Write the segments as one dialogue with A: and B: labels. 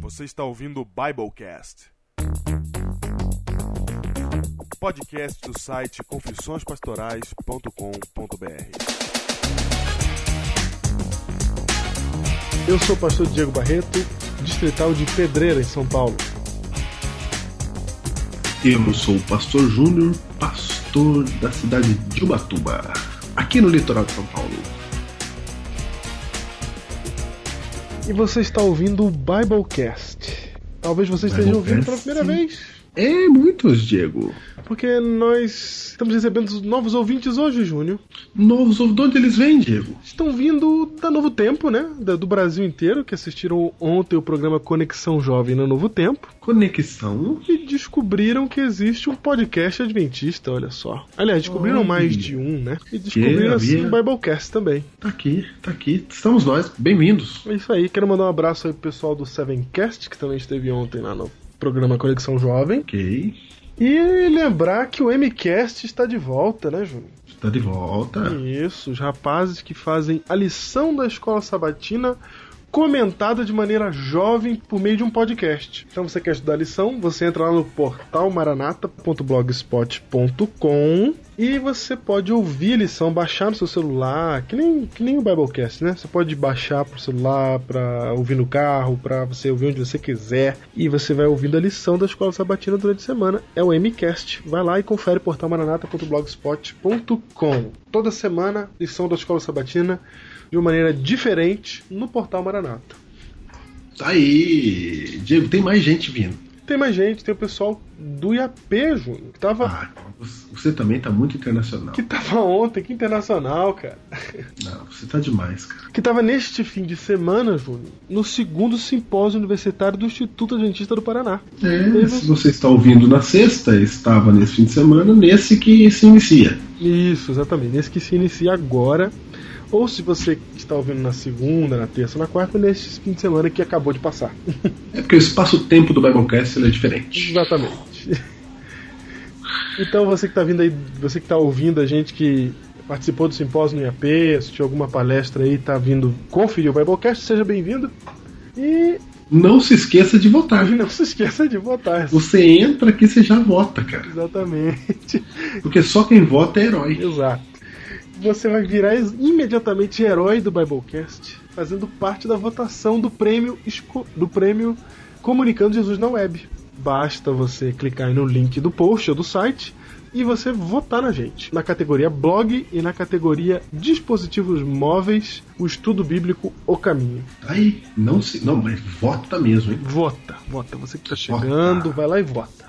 A: Você está ouvindo o Biblecast. Podcast do site confissõespastorais.com.br.
B: Eu sou o pastor Diego Barreto, distrital de Pedreira, em São Paulo.
C: Eu sou o Pastor Júnior, pastor da cidade de Ubatuba, aqui no litoral de São Paulo.
B: E você está ouvindo o Biblecast. Talvez você esteja ouvindo pela primeira vez,
C: É muitos, Diego.
B: porque nós estamos recebendo novos ouvintes hoje, Júnior.
C: Novos, de onde eles vêm, Diego?
B: Estão vindo da Novo Tempo, né? Da- do Brasil inteiro, que assistiram ontem o programa Conexão Jovem no Novo Tempo.
C: Conexão.
B: E descobriram que existe um podcast adventista, olha só. Aliás, descobriram
C: Olha.
B: mais de um, né? E descobriram,
C: havia-
B: assim, o Biblecast também.
C: Tá aqui, tá aqui. Estamos nós, bem-vindos.
B: É isso aí, quero mandar um abraço aí pro pessoal do Sevencast, que também esteve ontem lá no programa Conexão Jovem.
C: Ok,
B: E lembrar que o MCast está de volta, né, Júnior?
C: está tá de volta.
B: Isso, os rapazes que fazem a lição da escola sabatina comentada de maneira jovem por meio de um podcast. Então você quer estudar a lição, você entra lá no portal maranata.blogspot.com e você pode ouvir a lição, baixar no seu celular, que nem, que nem o Biblecast, né? Você pode baixar pro celular, pra ouvir no carro, pra você ouvir onde você quiser. E você vai ouvindo a lição da escola sabatina durante a semana. É o MCast. Vai lá e confere o portal maranata.blogspot.com. Toda semana, lição da escola sabatina de uma maneira diferente no portal Maranata.
C: Tá aí. Diego, tem mais gente vindo.
B: Tem mais gente, tem o pessoal do IAP, Júnior, que tava,
C: Ah, você também tá muito internacional.
B: que tava ontem, que internacional, cara.
C: Não, você tá demais, cara.
B: que estava neste fim de semana, Júnior, no segundo simpósio universitário do Instituto Adventista do Paraná.
C: É, se você está ouvindo na sexta, estava nesse fim de semana, nesse que se inicia.
B: Isso, exatamente. Nesse que se inicia agora. Ou se você está ouvindo na segunda, na terça, na quarta, neste fim de semana que acabou de passar.
C: É porque o espaço-tempo do Biblecast ele é diferente.
B: Exatamente. Então você que está vindo aí, você que está ouvindo a gente que participou do simpósio no IAP, assistiu alguma palestra aí, está vindo conferir o Biblecast, seja bem-vindo. E
C: Não se esqueça de votar. viu?
B: não se esqueça de votar.
C: Você entra aqui, você já vota, cara.
B: Exatamente.
C: Porque só quem vota é herói.
B: Exato. Você vai virar is- imediatamente herói do Biblecast, fazendo parte da votação do prêmio esco- do prêmio Comunicando Jesus na Web. Basta você clicar aí no link do post ou do site e você votar na gente. Na categoria blog e na categoria dispositivos móveis, o estudo bíblico O Caminho.
C: Tá Aí, não se. Não, mas vota mesmo, hein?
B: Vota, vota. Você que tá chegando,
C: Vota.
B: vai lá e vota.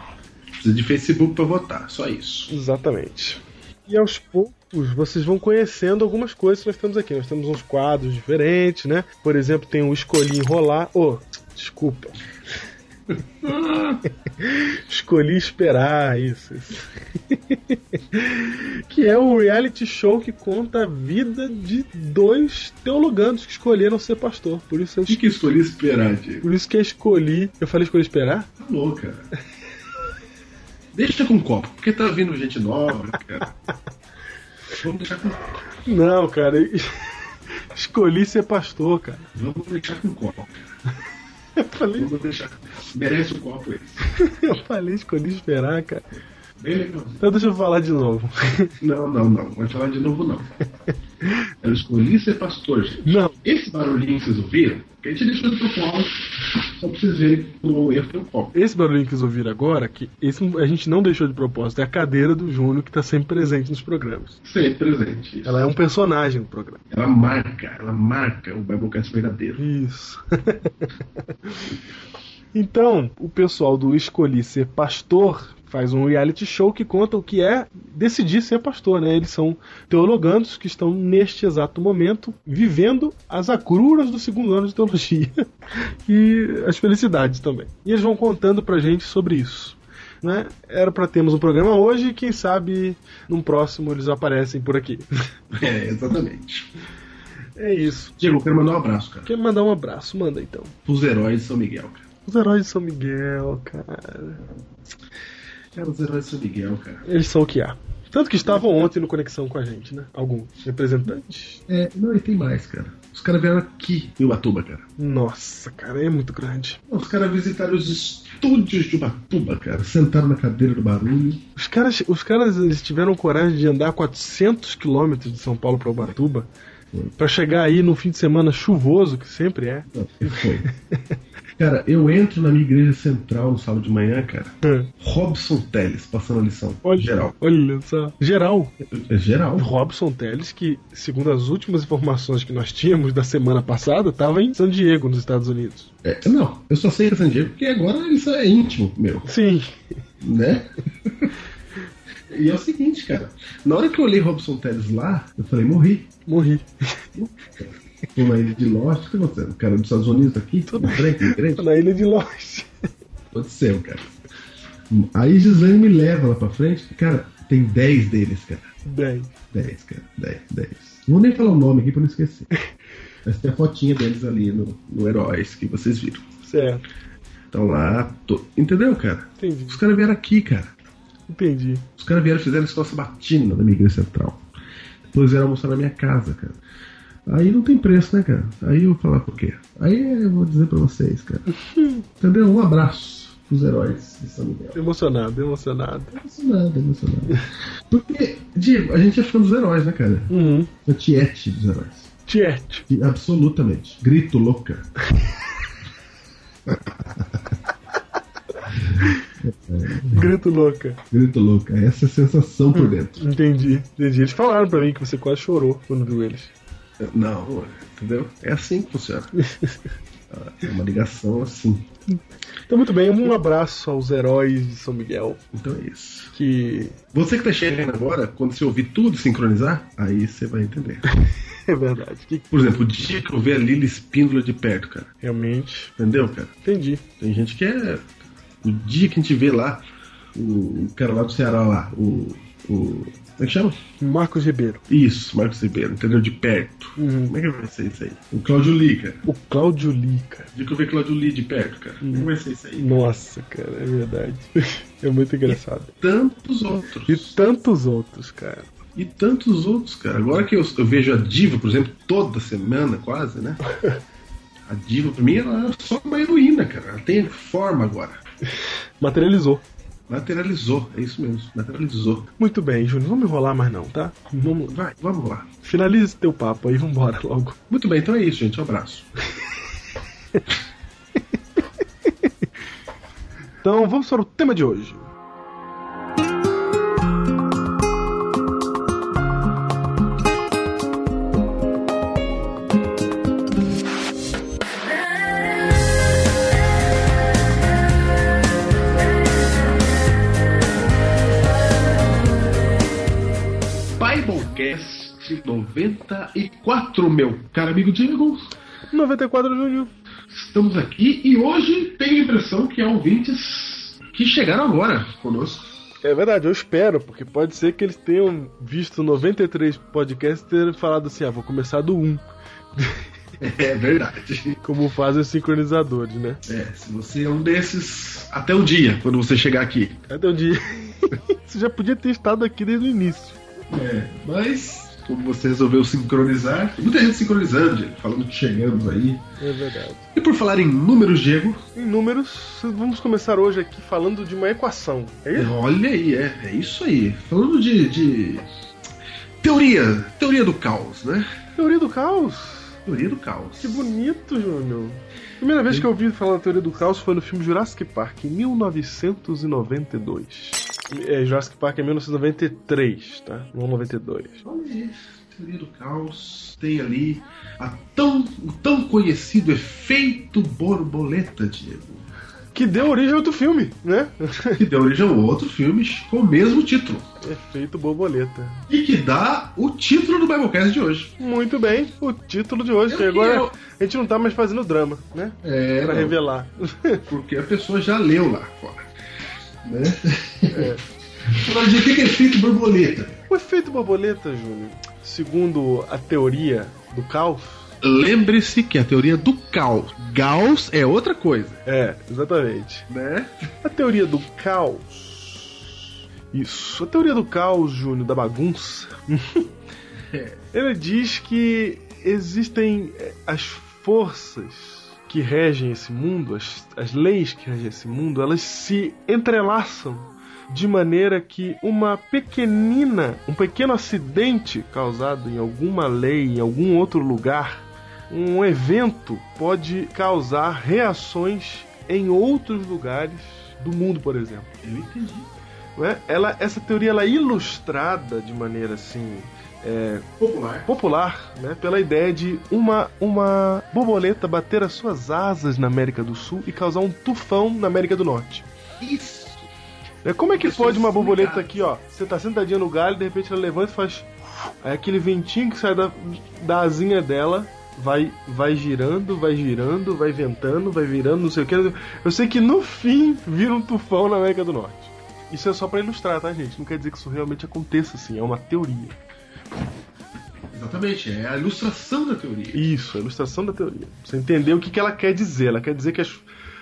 C: Precisa de Facebook pra votar, só isso.
B: Exatamente. E aos poucos vocês vão conhecendo algumas coisas que nós temos aqui. Nós temos uns quadros diferentes, né? Por exemplo, tem o Escolhi Enrolar. Ô, desculpa. Escolhi Esperar, isso. isso. que é um reality show que conta a vida de dois teologandos que escolheram ser pastor. Por isso, eu,
C: De que escolhi esperar, Diego?
B: por isso que eu escolhi. Eu falei escolhi esperar?
C: Tá louco, cara. Deixa com copo, porque tá vindo gente nova, cara. Vamos deixar com,
B: Não, cara. escolhi ser pastor, cara.
C: vamos deixar com copo.
B: Eu falei
C: Vamos deixar. Merece um copo esse.
B: Eu falei, escolhi esperar, cara.
C: Bem legal.
B: Então deixa eu falar de novo.
C: Não, não, não. Vai falar de novo, não. Eu escolhi ser pastor, gente.
B: Não,
C: Esse barulhinho que vocês ouviram, que a gente deixou pro fora, só pra vocês verem como o erro foi um copo.
B: esse barulhinho que vocês ouviram agora, que esse a gente não deixou de propósito, é a cadeira do Júnior que tá sempre presente nos programas.
C: Sempre presente. Ela,
B: Ela é um personagem do programa.
C: ela marca, ela marca o Biblecast verdadeiro.
B: Isso. então, o pessoal do Escolhi Ser Pastor faz um reality show que conta o que é decidir ser pastor, né? Eles são teologandos que estão neste exato momento vivendo as agruras do segundo ano de teologia e as felicidades também. E eles vão contando pra gente sobre isso. Né? Era pra termos um programa hoje, quem sabe num próximo eles aparecem por aqui.
C: É, exatamente.
B: É isso.
C: Diego, eu quero mandar um abraço, cara.
B: Quer mandar um abraço? Manda então.
C: Os heróis de São Miguel, cara.
B: Os heróis de São Miguel, cara.
C: Cara, os heróis de São Miguel, cara.
B: Eles são o que há. Tanto que estavam ontem no Conexão com a gente, né? Alguns representantes.
C: É, não, e tem mais, cara. Os caras vieram aqui em Ubatuba, cara.
B: Nossa, cara, é muito grande.
C: Os caras visitaram os estúdios de Ubatuba, cara. Sentaram na cadeira do barulho.
B: Os caras, os caras eles tiveram coragem de andar 400 quilômetros de São Paulo pra Ubatuba pra chegar aí no fim de semana chuvoso, que sempre é.
C: Não, Foi. Cara, eu entro na minha igreja central no sábado de manhã, cara. Robson Teles passando a lição. Geral.
B: Olha só. Geral.
C: É geral.
B: Robson Teles, que, segundo as últimas informações que nós tínhamos da semana passada, estava em San Diego, nos Estados Unidos.
C: É, não, eu só sei que é San Diego porque agora isso é íntimo, meu.
B: Sim.
C: né? E é o seguinte, cara. Na hora que eu olhei Robson Teles lá, eu falei, morri.
B: Morri.
C: Fui na ilha de Lost, o que aconteceu? O cara dos Estados Unidos tá aqui, tudo bem, tudo bem?
B: Na ilha de Lost.
C: Aconteceu, cara. Aí Gislaine me leva lá pra frente. Cara, tem 10 deles, cara.
B: Bem.
C: 10, cara. 10, 10. Não vou nem falar o nome aqui pra não esquecer. Mas tem a fotinha deles ali no, no Heróis, que vocês viram.
B: Certo.
C: Estão Então lá. to- Entendeu, cara?
B: Entendi.
C: Os caras vieram aqui, cara.
B: Entendi.
C: Os caras vieram e fizeram escola sabatina na minha igreja central. Depois vieram almoçar na minha casa, cara. Aí não tem preço, né, cara? Aí eu vou falar por quê. Aí eu vou dizer pra vocês, cara. Entendeu? Um abraço pros heróis de São Miguel.
B: Emocionado, emocionado.
C: Emocionado, emocionado. Porque, Diego, a gente é fã dos heróis, né, cara?
B: Uhum.
C: A tiete dos heróis.
B: Tiet.
C: E, absolutamente. Grito louca.
B: Grito louca.
C: Grito louca. Essa é a sensação por dentro.
B: Entendi. Entendi. Eles falaram pra mim que você quase chorou quando viu eles.
C: Não, entendeu? É assim que funciona. É uma ligação assim.
B: Então, muito bem. Um abraço aos heróis de São Miguel.
C: Então é isso.
B: Que.
C: Você que tá chegando agora, quando você ouvir tudo sincronizar, aí você vai entender.
B: É verdade. Que
C: Por exemplo, o dia que eu ver a Lili Espíndola de perto, cara.
B: realmente.
C: Entendeu, cara?
B: Entendi.
C: Tem gente que é. O dia que a gente vê lá, o, o cara lá do Ceará lá, o. o como é que chama?
B: Marcos Ribeiro.
C: Isso, Marcos Ribeiro, entendeu? De perto. Como é que vai ser isso aí? O Cláudio Lee, cara.
B: O Cláudio Lica.
C: O dia que eu ver Cláudio Lee de perto, cara. Como é que vai ser isso aí?
B: Nossa, cara, é verdade. É muito engraçado.
C: Tantos outros.
B: E tantos outros, cara.
C: E tantos outros, cara. Agora que eu, eu vejo a diva, por exemplo, toda semana, quase, né? A diva, pra mim, ela é só uma heroína, cara. Ela tem forma agora.
B: Materializou.
C: Lateralizou, é isso mesmo. Lateralizou.
B: Muito bem, Júnior. Não me enrolar mais não, tá? Vamos,
C: Vai, vamos lá.
B: finalize teu papo aí, vambora logo.
C: Muito bem, então é isso, gente. Um abraço.
B: Então vamos para o tema de hoje.
C: Biblecast 94, meu caro amigo Diego.
B: 94 Júnior.
C: Estamos aqui e hoje tenho a impressão que há ouvintes que chegaram agora conosco.
B: É verdade, eu espero, porque pode ser que eles tenham visto 93 podcasts e terem falado assim, ah, vou começar do 1,
C: É verdade.
B: como fazem os sincronizadores, né?
C: É, se você é um desses, até o dia, quando você chegar aqui.
B: Até um dia. Você já podia ter estado aqui desde o início.
C: É, mas como você resolveu sincronizar, tem muita gente sincronizando, Diego, falando que chegamos aí.
B: É verdade.
C: E por falar em números, Diego,
B: Em números, vamos começar hoje aqui falando de uma equação. É isso?
C: olha aí, é, é isso aí. Falando de, de teoria, teoria do caos, né?
B: Teoria do caos.
C: Teoria do caos.
B: Que bonito, Júnior. Primeira vez que eu ouvi falar da teoria do caos foi no filme Jurassic Park, em 1992. É, Jurassic Park é 1993, tá? Não 92.
C: Olha aí, teoria do caos. Tem ali a tão, o tão conhecido efeito borboleta, Diego.
B: Que deu origem a outro filme, né?
C: Que deu origem a um outro filme com o mesmo título.
B: Efeito borboleta.
C: E que dá o título do Biblecast de hoje.
B: Muito bem, o título de hoje,
C: Eu
B: que agora
C: quero-
B: a gente não tá mais fazendo drama, né?
C: É,
B: Pra
C: não,
B: revelar.
C: porque a pessoa já leu lá fora. Né? Agora, Diego, o que que é efeito borboleta?
B: O efeito borboleta, Júnior, segundo a teoria do caos.
C: Lembre-se que a teoria do caos. Gauss é outra coisa,
B: É, exatamente.
C: né?
B: A teoria do caos. Isso. A teoria do caos, Júnior, da bagunça. Ele diz que existem eh, as forças que regem esse mundo, as, as leis que regem esse mundo, elas se entrelaçam de maneira que uma pequenina, um pequeno acidente causado em alguma lei, em algum outro lugar, um evento pode causar reações em outros lugares do mundo, por exemplo.
C: Eu entendi.
B: Não é? Ela, essa teoria ela é ilustrada de maneira assim é,
C: Popular.
B: popular, né, pela ideia de uma, uma borboleta bater as suas asas na América do Sul e causar um tufão na América do Norte.
C: Isso.
B: É, Como é que
C: Pessoas
B: pode uma borboleta
C: ligadas.
B: aqui, ó? Você tá sentadinha no galho, de repente ela levanta e faz. Aí aquele ventinho que sai da, da asinha dela vai, vai girando, vai girando, vai ventando, vai virando, não sei o que. Eu sei que no fim vira um tufão na América do Norte. Isso é só pra ilustrar, tá, gente? Não quer dizer que isso realmente aconteça assim, é uma teoria.
C: Exatamente, é a ilustração da teoria.
B: Isso, é a ilustração da teoria. Você entender o que, que ela quer dizer. Ela quer dizer que as,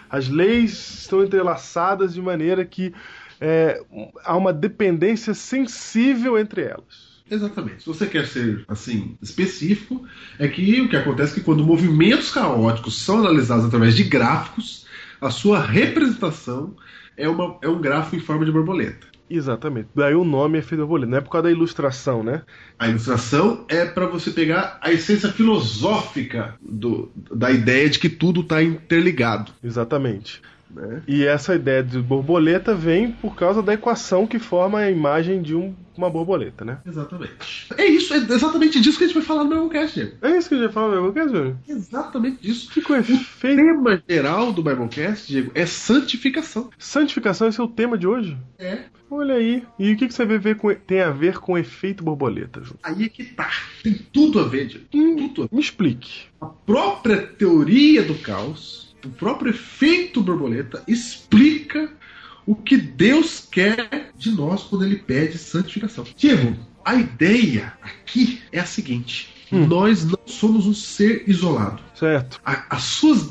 B: as leis estão entrelaçadas de maneira que é, um- há uma dependência sensível entre elas.
C: Exatamente. Se você quer ser assim específico, é que o que acontece é que quando movimentos caóticos são analisados através de gráficos, a sua representação é, uma, é um gráfico em forma de borboleta.
B: Exatamente. Daí o nome é feito borboleta. Não é por causa da ilustração, né?
C: A ilustração é para você pegar a essência filosófica do- da ideia de que tudo está interligado.
B: Exatamente.
C: Né?
B: E essa ideia de borboleta vem por causa da equação que forma a imagem de um- uma borboleta, né?
C: Exatamente. É isso, é exatamente disso que a gente vai falar no Biblecast, Diego.
B: É isso que eu já falei, meu quer dizer,
C: Exatamente disso.
B: Que coisa
C: O
B: feia.
C: tema geral do Biblecast, Diego, é santificação.
B: Santificação, esse é o tema de hoje?
C: É.
B: Olha aí. E o que, que você vê ver com- tem a ver com o efeito borboleta, Ju?
C: Aí é que tá. Tem tudo a ver, Diego.
B: Hum,
C: Tudo. a ver.
B: me explique.
C: A própria teoria do caos, o próprio efeito borboleta, explica o que Deus quer de nós quando ele pede santificação. Diego, a ideia aqui é a seguinte:
B: Hum.
C: nós não somos um ser isolado.
B: Certo.
C: A- as suas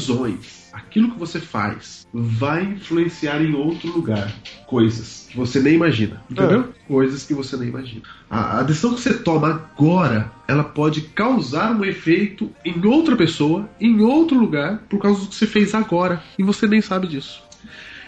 C: decisões, aquilo que você faz, vai influenciar em outro lugar coisas que você nem imagina. Entendeu? Coisas que você nem imagina. A, a decisão que você toma agora, ela pode causar um efeito em outra pessoa, em outro lugar, por causa do que você fez agora. E você nem sabe disso.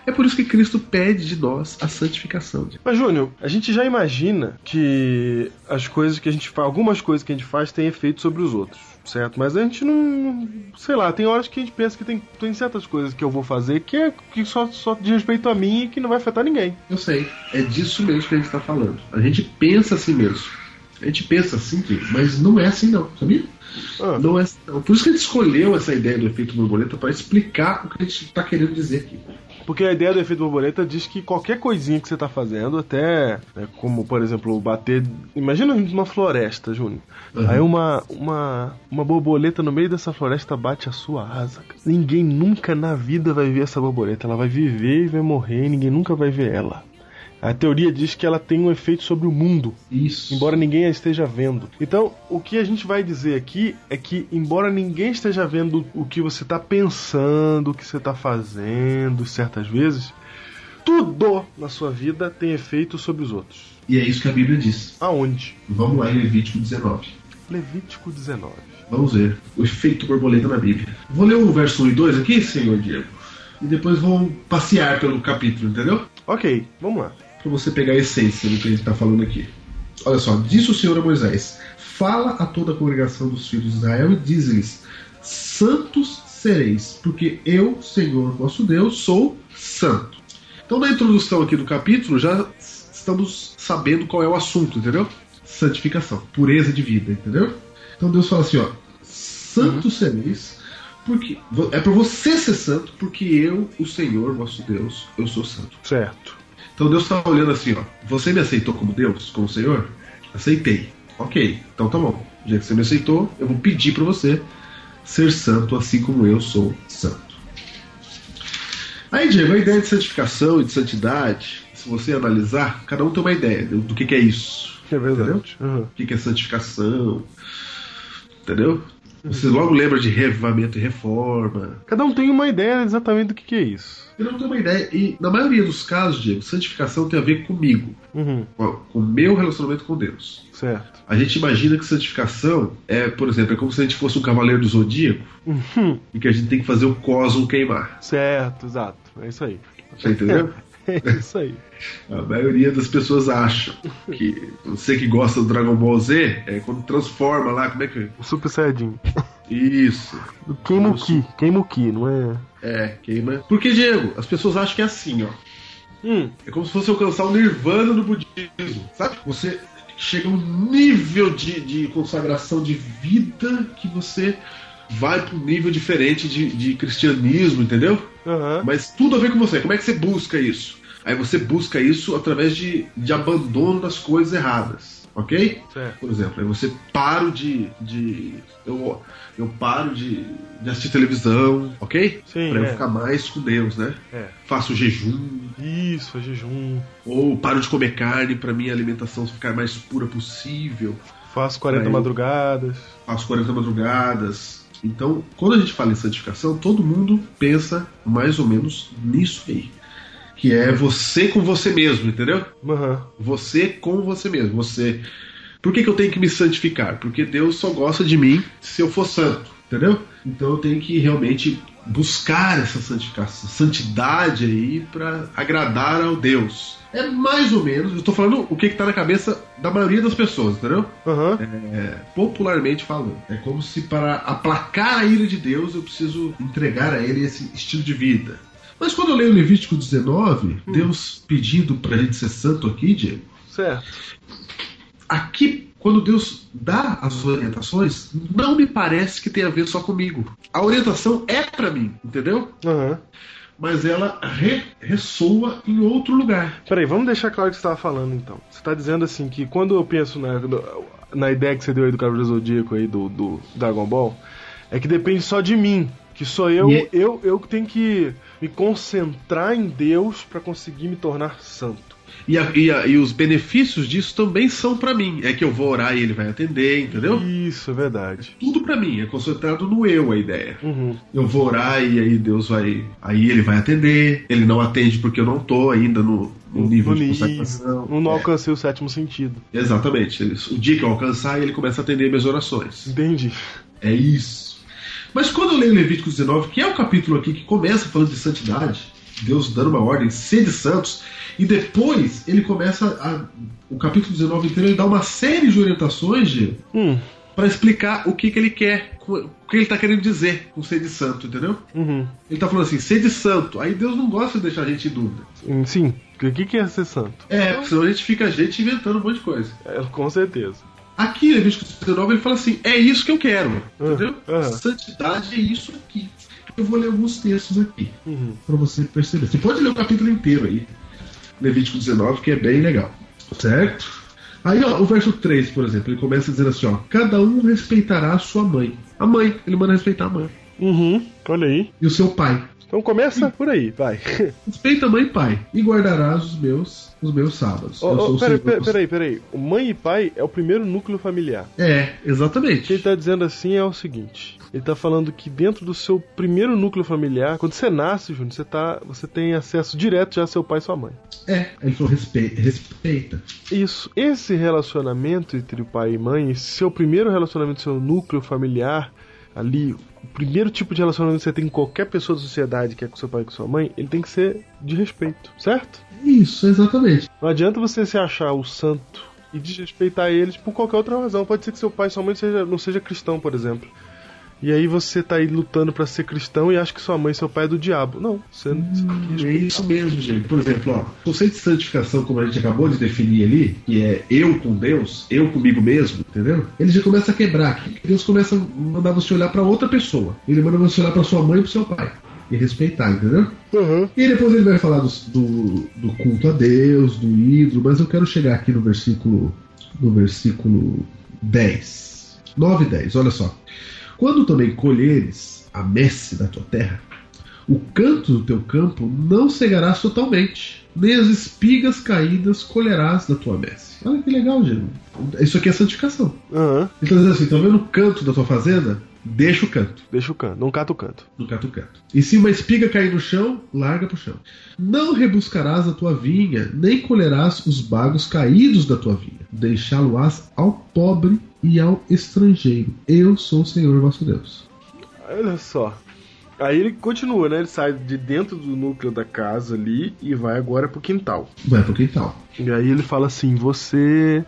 C: É por isso que Cristo pede de nós a santificação.
B: Mas, Júnior, a gente já imagina que as coisas que a gente faz, algumas coisas que a gente faz têm efeito sobre os outros, certo? Mas a gente não. Sei lá, tem horas que a gente pensa que tem, tem certas coisas que eu vou fazer que, é, que só, só de respeito a mim e que não vai afetar ninguém.
C: Eu sei. É disso mesmo que a gente está falando. A gente pensa assim mesmo. A gente pensa assim, Diego, mas não é assim não, sabia?
B: Ah,
C: Não é, não. Por isso que a gente escolheu essa ideia do efeito borboleta para explicar o que a gente está querendo dizer aqui.
B: Porque a ideia do efeito borboleta diz que qualquer coisinha que você tá fazendo, até né, como, por exemplo, bater. Imagina uma floresta, Júnior.
C: Uhum.
B: Aí uma, uma, uma borboleta no meio dessa floresta bate a sua asa. cara. Ninguém nunca na vida vai ver essa borboleta. Ela vai viver e vai morrer e ninguém nunca vai ver ela. A teoria diz que ela tem um efeito sobre o mundo,
C: Isso.
B: embora ninguém a esteja vendo. Então, o que a gente vai dizer aqui é que, embora ninguém esteja vendo o que você está pensando, o que você está fazendo, certas vezes, tudo na sua vida tem efeito sobre os outros.
C: E é isso que a Bíblia diz.
B: Aonde?
C: Vamos lá em Levítico 19.
B: Levítico 19.
C: Vamos ver o efeito borboleta na Bíblia. Vou ler o verso 1 e 2 aqui, senhor Diego. E depois vou passear pelo capítulo, entendeu?
B: Ok, vamos lá.
C: para você pegar a essência do que a gente está falando aqui. Olha só, disse o Senhor a Moisés: Fala a toda a congregação dos filhos de Israel e diz-lhes: Santos sereis, porque eu, Senhor vosso Deus, sou santo. Então, na introdução aqui do capítulo, já estamos sabendo qual é o assunto, entendeu? Santificação, pureza de vida, entendeu? Então Deus fala assim: ó, santos sereis, porque é para você ser santo, porque eu, o Senhor vosso Deus, eu sou santo.
B: Certo.
C: Então Deus tá olhando assim, ó. Você me aceitou como Deus, como Senhor? Aceitei. Ok, então tá bom. Já que você me aceitou, eu vou pedir pra você ser santo assim como eu sou santo. Aí, Diego, a ideia de santificação e de santidade, se você analisar, cada um tem uma ideia do do que, que é isso.
B: É
C: verdade.
B: Uhum.
C: O que, que é santificação. Entendeu? Você logo lembra de revivamento e reforma.
B: Cada um tem uma ideia exatamente do que, que é isso.
C: Eu não tenho uma ideia. E na maioria dos casos, Diego, santificação tem a ver comigo,
B: Uhum,
C: com a- com o meu relacionamento com Deus.
B: certo.
C: A gente imagina que santificação é, por exemplo, é como se a gente fosse um cavaleiro do zodíaco
B: Uhum,
C: e que a gente tem que fazer o cosmo queimar.
B: certo, exato. É isso aí.
C: Você entendeu?
B: É isso aí.
C: A maioria das pessoas acha que você que gosta do Dragon Ball Z é quando transforma lá, como é que.
B: O Super Saiyajin.
C: Isso.
B: Queima o
C: Isso.
B: Ki. Queima o Ki, não é?
C: É, queima. Porque, Diego, as pessoas acham que é assim, ó.
B: Hum,
C: É como se fosse alcançar o nirvana do budismo, sabe? Você chega a um nível de, de consagração de vida que você vai para um nível diferente de, de cristianismo, entendeu?
B: aham.
C: Mas tudo a ver com você. Como é que você busca isso? Aí você busca isso através de, de abandono das coisas erradas, ok?
B: Certo.
C: Por exemplo, aí você paro de. de eu, eu paro de, de assistir televisão, ok?
B: Sim,
C: pra eu
B: é.
C: ficar mais com Deus, né?
B: É.
C: Faço jejum,
B: Isso, é jejum.
C: ou paro de comer carne para minha alimentação ficar mais pura possível.
B: Faço 40
C: Aí.
B: madrugadas.
C: Faço 40 madrugadas. Então, quando a gente fala em santificação, todo mundo pensa mais ou menos nisso aí. Que é você com você mesmo, entendeu?
B: Aham.
C: Você com você mesmo. Você. Por que, que eu tenho que me santificar? Porque Deus só gosta de mim se eu for santo, entendeu? Então eu tenho que realmente buscar essa santificação, santidade aí para agradar ao Deus. É mais ou menos, eu tô falando o que, que tá na cabeça da maioria das pessoas, entendeu?
B: Aham.
C: É. Popularmente falando. É como se para aplacar a ira de Deus eu preciso entregar a ele esse estilo de vida. Mas quando eu leio Levítico 19, Deus pedindo pra gente ser santo aqui, Diego,
B: Certo.
C: aqui, quando Deus dá as orientações, não me parece que tem a ver só comigo. A orientação é pra mim, entendeu?
B: Aham.
C: Mas ela re- ressoa em outro lugar.
B: Peraí, vamos deixar claro o que você estava falando então. Você tá dizendo assim que quando eu penso na, na ideia que você deu aí do Cavaleiro Zodíaco aí do, do Dragon Ball, é que depende só de mim. Que sou eu,
C: E- é-
B: eu, eu que tenho que me concentrar em Deus pra conseguir me tornar santo.
C: E, a- e a- e os benefícios disso também são pra mim. É que eu vou orar e ele vai atender, entendeu?
B: Isso, é verdade.
C: Tudo pra mim, é concentrado no eu a ideia.
B: Uhum.
C: Eu vou orar e aí Deus vai. Aí ele vai atender. Ele não atende porque eu não tô ainda no, no nível
B: No
C: de
B: nível,
C: consagração.
B: não, não
C: É,
B: alcancei o sétimo sentido.
C: exatamente. O dia que eu alcançar, ele começa a atender minhas orações.
B: Entendi.
C: É isso. Mas quando eu leio Levítico 19, que é o capítulo aqui que começa falando de santidade, Deus dando uma ordem, sede santos, e depois ele começa a- o capítulo 19 inteiro, ele dá uma série de orientações
B: Hum,
C: para explicar o que, que ele quer, co- o que ele tá querendo dizer com sede santo, entendeu?
B: uhum.
C: Ele tá falando assim, sede santo. Aí Deus não gosta de deixar a gente em dúvida.
B: Hum, Sim, o que que é ser santo?
C: É, porque senão a gente fica a gente inventando um monte de coisa.
B: É, com certeza.
C: Aqui, Levítico 19, ele fala assim: é isso que eu quero, entendeu?
B: aham.
C: Santidade é isso aqui. Eu vou ler alguns textos aqui
B: Uhum.
C: pra você perceber. Você pode ler o capítulo inteiro aí, Levítico 19, que é bem legal, certo? Aí, ó, o verso 3, por exemplo, ele começa dizendo assim: ó, cada um respeitará a sua mãe. A mãe, ele manda respeitar a mãe.
B: Uhum. Olha aí.
C: E o seu pai.
B: Então começa por aí, vai.
C: Respeita mãe e pai, e guardarás os meus, os meus sábados.
B: Ô,
C: Eu sou
B: ô, peraí,
C: o Senhor
B: peraí,
C: dos-
B: peraí, peraí. O mãe e pai é o primeiro núcleo familiar.
C: É,
B: O que ele
C: exatamente.
B: tá dizendo assim é o seguinte: ele tá falando que dentro do seu primeiro núcleo familiar, quando você nasce, Júnior, você, tá, você tem acesso direto já a seu pai e sua mãe.
C: É, ele falou: respeita. respeita.
B: Isso, esse relacionamento entre o pai e mãe, esse seu primeiro relacionamento, seu núcleo familiar, ali, o primeiro tipo de relacionamento que você tem com qualquer pessoa da sociedade, que é com seu pai e com sua mãe, ele tem que ser de respeito, certo?
C: Isso, exatamente.
B: Não adianta você se achar o santo e desrespeitar eles por qualquer outra razão. Pode ser que seu pai e sua mãe seja- não seja cristão, por exemplo. E aí você tá aí lutando pra ser cristão e acha que sua mãe e seu pai é do diabo. Não, você não.
C: É isso mesmo, gente. Por exemplo, ó, o conceito de santificação, como a gente acabou de definir ali, que é eu com Deus, eu comigo mesmo, entendeu? Ele já começa a quebrar. Deus começa a mandar você olhar pra outra pessoa. Ele manda você olhar pra sua mãe e pro seu pai. E respeitar, entendeu?
B: Uhum.
C: E depois ele vai falar dos- do, do culto a Deus, do ídolo, mas eu quero chegar aqui no versículo no versículo 10. 9 e 10, olha só. Quando também colheres a messe da tua terra, o canto do teu campo não cegarás totalmente, nem as espigas caídas colherás da tua messe. Olha que legal, Gino. Isso aqui é santificação.
B: Aham.
C: Ele tá dizendo assim, tá vendo o canto da tua fazenda? Deixa o canto.
B: Deixa o canto, não cata o canto.
C: Não cata o canto. E se uma espiga cair no chão, larga pro chão. Não rebuscarás a tua vinha, nem colherás os bagos caídos da tua vinha. Deixá-lo-ás ao pobre e ao estrangeiro. Eu sou o Senhor vosso Deus.
B: Olha só. Aí ele continua, né? Ele sai de dentro do núcleo da casa ali e vai agora pro quintal.
C: Vai um pro quintal.
B: E aí ele fala assim: você.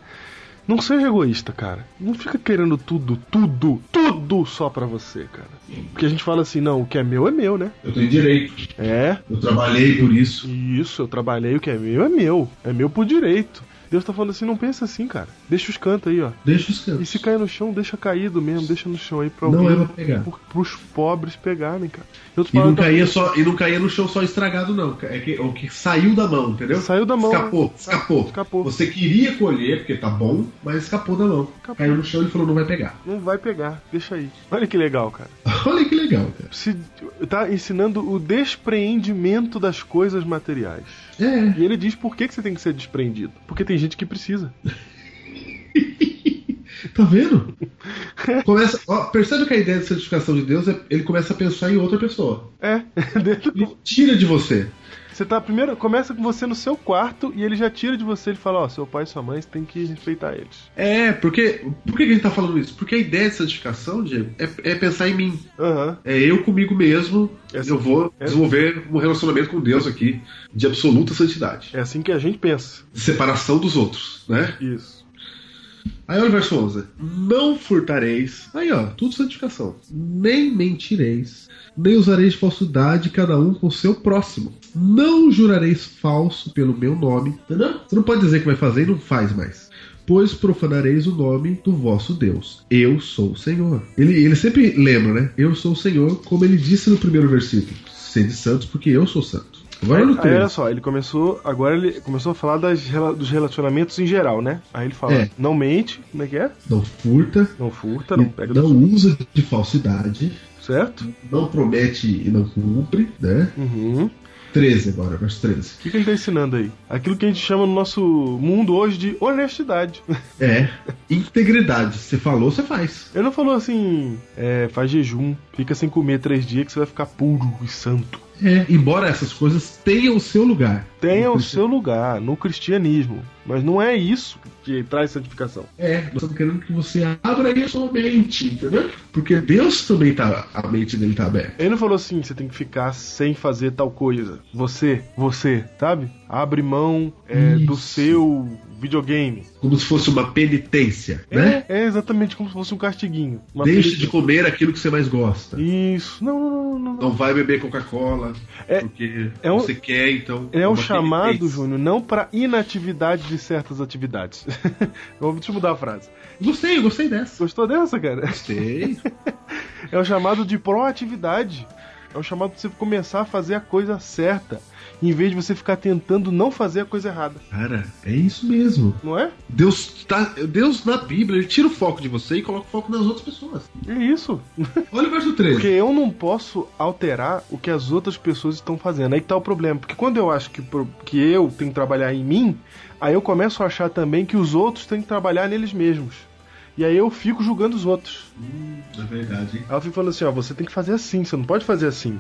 B: Não seja egoísta, cara. Não fica querendo tudo, tudo, tudo só pra você, cara. Porque a gente fala assim, não, o que é meu é meu, né?
C: Eu tenho direito.
B: É,
C: Eu trabalhei por isso.
B: isso, eu trabalhei, o que é meu é meu. É meu por direito. Deus tá falando assim, não pensa assim, cara. Deixa os cantos aí, ó.
C: Deixa os cantos.
B: E se cair no chão, deixa caído mesmo, deixa no chão aí pra
C: Não
B: alguém,
C: é pra pegar.
B: pro- pros pobres pegarem, cara. Eu tô
C: E não,
B: falando,
C: caía só, e não caía no chão só estragado, não. É que, o que saiu da mão, entendeu?
B: Saiu da mão.
C: Escapou, escapou.
B: Escapou.
C: Você queria colher, porque tá bom, mas escapou da mão.
B: Escapou.
C: Caiu no chão e falou, não vai pegar.
B: não vai pegar, deixa aí. Olha que legal, cara.
C: Olha que legal, cara.
B: Se, tá ensinando o despreendimento das coisas materiais.
C: É.
B: E ele diz por que, que você tem que ser despreendido. Porque tem gente que precisa.
C: Tá vendo? Começa, ó, percebe que a ideia de santificação de Deus é ele começa a pensar em outra pessoa.
B: É, dentro do-
C: Ele tira de você.
B: Você tá primeiro, começa com você no seu quarto e ele já tira de você, ele fala, ó, seu pai e sua mãe, você tem que respeitar eles.
C: É, porque. Por que que a gente tá falando isso? Porque a ideia de santificação, Diego, é, é pensar em mim.
B: Aham.
C: É eu comigo mesmo.
B: Essa-
C: eu vou
B: essa-
C: desenvolver um relacionamento com Deus aqui de absoluta santidade.
B: É assim que a gente pensa.
C: Separação dos outros, né?
B: Isso.
C: Aí olha o verso 11. Não furtareis. Aí, ó, tudo santificação. Nem mentireis. Nem usareis falsidade, cada um com o seu próximo. Não jurareis falso pelo meu nome. Entendeu? Você não pode dizer que vai fazer e não faz mais. Pois profanareis o nome do vosso Deus. Eu sou o Senhor. Ele, ele sempre lembra, né? Eu sou o Senhor, como ele disse no primeiro versículo. Sede santos, porque eu sou santo. Agora no
B: Aí olha
C: 13.
B: só, ele começou, agora ele começou a falar das rela- dos relacionamentos em geral, né? Aí ele fala,
C: É.
B: não mente, como é que é?
C: Não furta.
B: Não furta, não pega,
C: não usa de falsidade.
B: certo?
C: não promete e não cumpre, né?
B: Uhum.
C: 13 agora, verso 13.
B: O que, que ele tá ensinando aí? Aquilo que a gente chama no nosso mundo hoje de honestidade.
C: É, integridade. Você falou, você faz.
B: Ele não falou assim, é, faz jejum, fica sem comer três dias que você vai ficar puro e santo.
C: É, embora essas coisas tenham o seu lugar.
B: Tenha
C: No
B: o
C: cristi-
B: seu lugar no cristianismo. Mas não é isso que traz santificação.
C: É, nós estamos querendo que você abra aí a sua mente, entendeu? Porque Deus também tá. A mente dele tá aberta.
B: Ele não falou assim, você tem que ficar sem fazer tal coisa. Você, você, sabe? Abre mão é, do
C: Isso.
B: seu videogame.
C: Como se fosse uma penitência, né?
B: É, é exatamente como se fosse um castiguinho. Uma
C: Deixe de
B: punição.
C: comer aquilo que você mais gosta.
B: Isso. Não, não, não, não.
C: Não vai beber Coca-Cola,
B: É-
C: porque
B: é um-
C: você quer, então.
B: É um
C: uma
B: chamado,
C: penitência.
B: Júnior, não para inatividade de certas atividades. Vou te mudar a frase.
C: Gostei, eu gostei dessa.
B: Gostou dessa, cara?
C: Gostei.
B: É um chamado de proatividade. É um chamado de você começar a fazer a coisa certa, em vez de você ficar tentando não fazer a coisa errada,
C: Cara, é isso mesmo.
B: não é?
C: Deus, tá, Deus na Bíblia, ele tira o foco de você e coloca o foco nas outras pessoas.
B: É isso.
C: Olha o verso 13.
B: Porque eu não posso alterar o que as outras pessoas estão fazendo. Aí que tá o problema. Porque quando eu acho que, pro- que eu tenho que trabalhar em mim, aí eu começo a achar também que os outros têm que trabalhar neles mesmos. E aí eu fico julgando os outros.
C: Hum, é verdade, hein?
B: Aí eu fico falando assim, ó, você tem que fazer assim, você não pode fazer assim.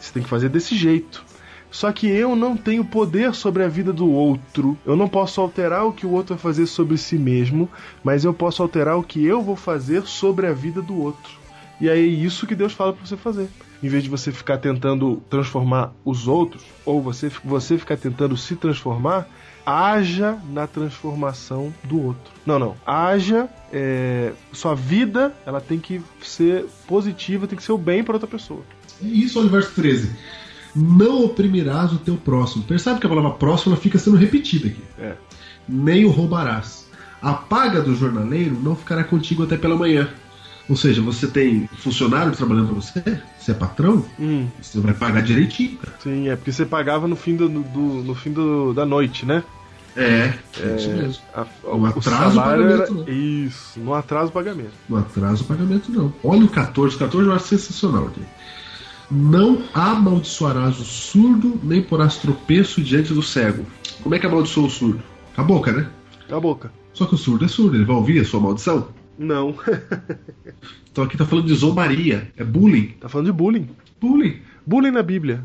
B: Você tem que fazer desse jeito. Só que eu não tenho poder sobre a vida do outro. Eu não posso alterar o que o outro vai fazer sobre si mesmo, mas eu posso alterar o que eu vou fazer sobre a vida do outro. E aí é isso que Deus fala pra você fazer. Em vez de você ficar tentando transformar os outros, ou você, você ficar tentando se transformar, haja na transformação do outro. Não, não. Haja. é, sua vida ela tem que ser positiva, tem que ser o bem pra outra pessoa.
C: É isso, olha o verso 13. Não oprimirás o teu próximo. Percebe que a palavra próximo ela fica sendo repetida aqui.
B: É.
C: Nem o roubarás. A paga do jornaleiro não ficará contigo até pela manhã. Ou seja, você tem funcionário trabalhando pra você, você é patrão,
B: Hum,
C: você vai pagar direitinho, cara.
B: sim, é porque você pagava no fim, do, do- no fim do- da noite, né?
C: É, é isso mesmo.
B: A-
C: Um atraso o pagamento, né?
B: Isso, não atrasa o pagamento.
C: Não atrasa o pagamento, não. Olha o 14. 14 eu acho sensacional. Diego. Não amaldiçoarás o surdo, nem porás tropeço diante do cego. Como é que amaldiçoa o surdo? Com a boca, né?
B: Cala a boca.
C: Só que o surdo é surdo, ele vai ouvir a sua maldição?
B: Não.
C: Então aqui tá falando de zombaria. É bullying.
B: tá falando de bullying.
C: Bullying.
B: Bullying na Bíblia.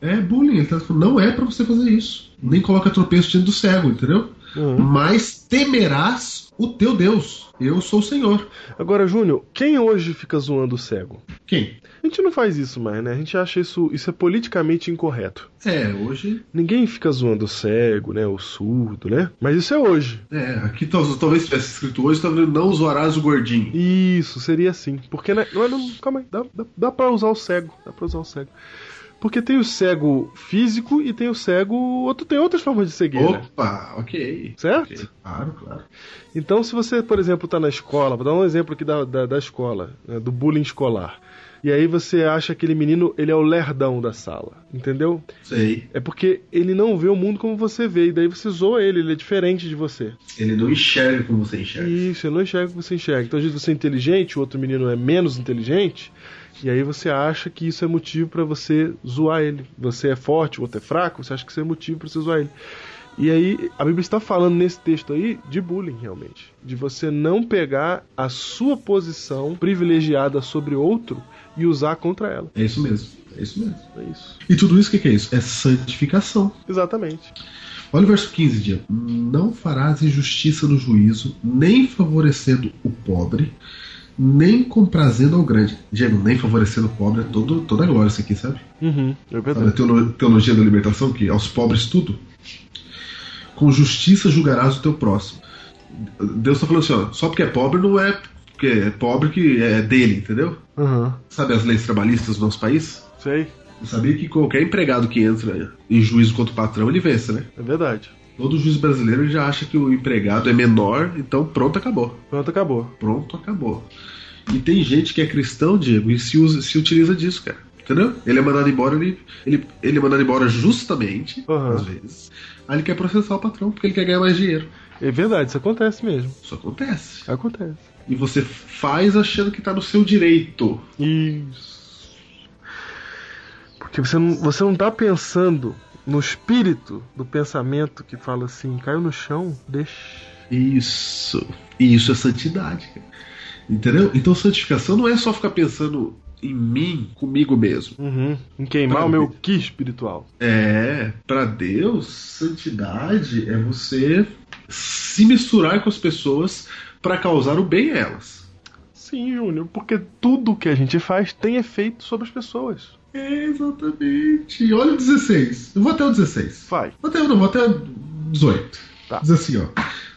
C: É bullying. Ele tá falando, não é pra você fazer isso. Nem coloca tropeço diante do cego, entendeu? Mas temerás o teu Deus. Eu sou o Senhor.
B: Agora, Júnior, quem hoje fica zoando o cego?
C: Quem?
B: A gente não faz isso mais, né? A gente acha isso, isso é politicamente incorreto.
C: É, hoje.
B: Ninguém fica zoando o cego, né? O surdo, né? Mas isso é hoje.
C: É, aqui tal- talvez tivesse escrito hoje, tá vendo? Não zoarás o gordinho.
B: Isso, seria assim. Porque, né? Não, não, calma aí, dá, dá, dá pra usar o cego. Dá pra usar o cego. Porque tem o cego físico e tem o cego. Outro, tem outras formas de cegueira.
C: Opa, ok.
B: Certo?
C: Ok, Claro, claro.
B: Então, se você, por exemplo, tá na escola, vou dar um exemplo aqui da, da, da escola, né, do bullying escolar. E aí você acha aquele menino, ele é o lerdão da sala, entendeu?
C: Sei.
B: É porque ele não vê o mundo como você vê, e daí você zoa ele, ele é diferente de você.
C: Ele não enxerga como você enxerga.
B: Isso, ele não enxerga o que você enxerga. Então, às vezes você é inteligente, o outro menino é menos inteligente, e aí você acha que isso é motivo pra você zoar ele. Você é forte, o outro é fraco, você acha que isso é motivo pra você zoar ele. E aí, a Bíblia está falando nesse texto aí de bullying, realmente. De você não pegar a sua posição privilegiada sobre outro e usar contra ela.
C: É isso mesmo. É isso mesmo.
B: É isso.
C: E tudo isso o que, que é isso? É santificação.
B: Exatamente.
C: Olha o verso 15, Diego. Não farás injustiça no juízo, nem favorecendo o pobre, nem comprazendo ao grande. Diego, nem favorecendo o pobre é todo, toda glória isso aqui, sabe?
B: Uhum. É
C: Sabe a
B: verdade.
C: teolo- teologia da libertação, que aos pobres tudo. Com justiça julgarás o teu próximo. Deus tá falando assim, ó, só porque é pobre não é porque é pobre que é dele, entendeu?
B: Aham.
C: Sabe as leis trabalhistas do nosso país?
B: Sei.
C: Eu sabia que qualquer empregado que entra em juízo contra o patrão, ele vence, né?
B: É verdade.
C: Todo juiz brasileiro ele já acha que o empregado é menor, então pronto, acabou.
B: Pronto, acabou.
C: Pronto, acabou. E tem gente que é cristão, Diego, e se, usa, se utiliza disso, cara. Entendeu? Ele é mandado embora, ele, ele, ele é mandado embora justamente,
B: Aham.
C: às vezes. Aí ele quer processar o patrão porque ele quer ganhar mais dinheiro.
B: É verdade, isso acontece mesmo.
C: Isso acontece.
B: Acontece.
C: E você faz achando que tá no seu direito.
B: Isso. Porque você não, você não tá pensando no espírito do pensamento que fala assim, caiu no chão, deixa.
C: Isso. E isso é santidade, cara. Entendeu? Então santificação não é só ficar pensando em mim, comigo mesmo.
B: Uhum. Em queimar o meu ki espiritual.
C: É, pra Deus, santidade é você se misturar com as pessoas pra causar o bem a elas.
B: Sim, Júnior, porque tudo que a gente faz tem efeito sobre as pessoas.
C: É, exatamente. Olha o 16. Eu vou até o 16.
B: Vai.
C: Vou até, não, vou até o 18.
B: Tá.
C: Diz assim, ó.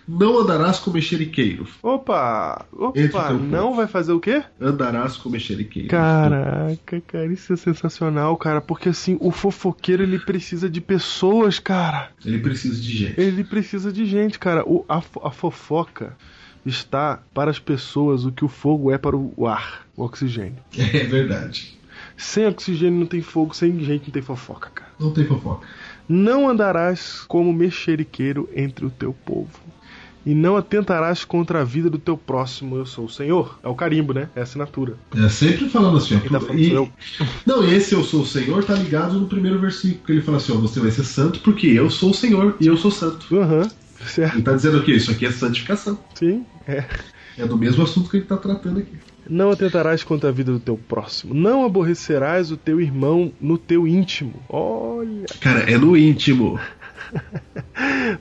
C: Não andarás com mexeriqueiro.
B: Opa!
C: Esse
B: Opa!
C: teu ponto.
B: Não vai fazer o quê?
C: Andarás com mexeriqueiro.
B: Caraca, cara, isso é sensacional, cara. Porque assim, o fofoqueiro ele precisa de pessoas, cara.
C: Ele precisa de gente.
B: Ele precisa de gente, cara. O- a, fo- a fofoca está para as pessoas o que o fogo é para o ar, o oxigênio.
C: É verdade.
B: Sem oxigênio não tem fogo, sem gente não tem fofoca, cara.
C: Não tem fofoca.
B: Não andarás como mexeriqueiro entre o teu povo. E não atentarás contra a vida do teu próximo, eu sou o Senhor. É o carimbo, né? É a assinatura.
C: É sempre falando assim, ó.
B: Ele tá falando
C: e-
B: que eu.
C: Não, esse eu sou o Senhor tá ligado no primeiro versículo, que ele fala assim, ó, você vai ser santo porque eu sou o Senhor e eu sou santo.
B: Aham, certo,
C: Ele tá dizendo o quê? Isso aqui é santificação.
B: sim. É.
C: É do mesmo assunto que ele tá tratando aqui.
B: Não atentarás contra a vida do teu próximo. Não aborrecerás o teu irmão no teu íntimo. Olha.
C: Cara, é no íntimo.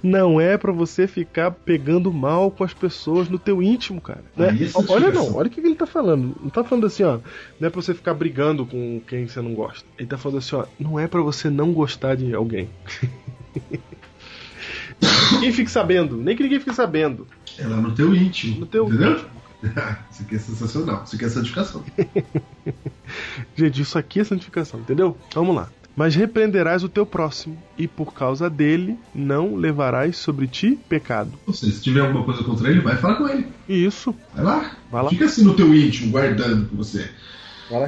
B: Não é pra você ficar pegando mal com as pessoas no teu íntimo, cara. Né?
C: Aí essa é a
B: Olha
C: explicação.
B: não, olha o que que ele tá falando. Não tá falando assim, ó, não é pra você ficar brigando com quem você não gosta. Ele tá falando assim, ó, não é pra você não gostar de alguém. ninguém fique sabendo, nem que ninguém fique sabendo.
C: É lá no teu íntimo.
B: No teu
C: entendeu? isso aqui é sensacional. Isso aqui é santificação.
B: Gente, isso aqui é santificação, entendeu? Vamos lá. Mas repreenderás o teu próximo, e por causa dele não levarás sobre ti pecado.
C: Ou seja, se tiver alguma coisa contra ele, vai falar com ele.
B: E isso,
C: Vai lá.
B: Vai lá.
C: Fica assim no teu íntimo, guardando com você.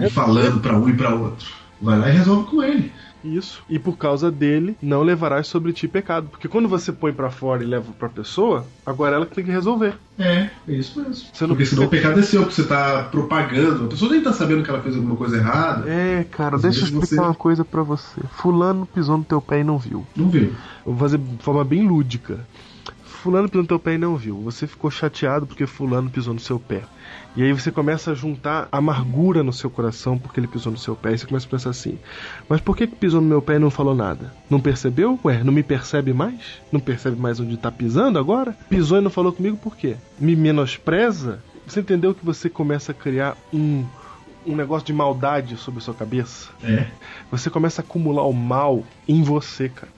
C: e falando pra um e pra outro. Vai lá e resolve com ele.
B: Isso. E por causa dele, não levarás sobre ti pecado. Porque quando você põe pra fora e leva pra pessoa, agora ela que tem que resolver.
C: É, é isso mesmo.
B: Você não
C: Porque
B: fica-
C: senão o pecado é seu, porque você tá propagando. A pessoa nem tá sabendo que ela fez alguma coisa errada.
B: É, cara,
C: Às
B: deixa eu
C: vezes
B: explicar
C: você-
B: uma coisa pra você. Fulano pisou no teu pé e não viu.
C: Não viu.
B: Eu vou fazer de forma bem lúdica. fulano pisou no teu pé e não viu. Você ficou chateado porque fulano pisou no seu pé. E aí você começa a juntar amargura no seu coração porque ele pisou no seu pé. E você começa a pensar assim: mas por que, que pisou no meu pé e não falou nada? Não percebeu? Ué, não me percebe mais? Não percebe mais onde tá pisando agora? Pisou e não falou comigo por quê? Me menospreza? Você entendeu que você começa a criar um, um negócio de maldade sobre a sua cabeça?
C: É.
B: Você começa a acumular o mal em você, cara.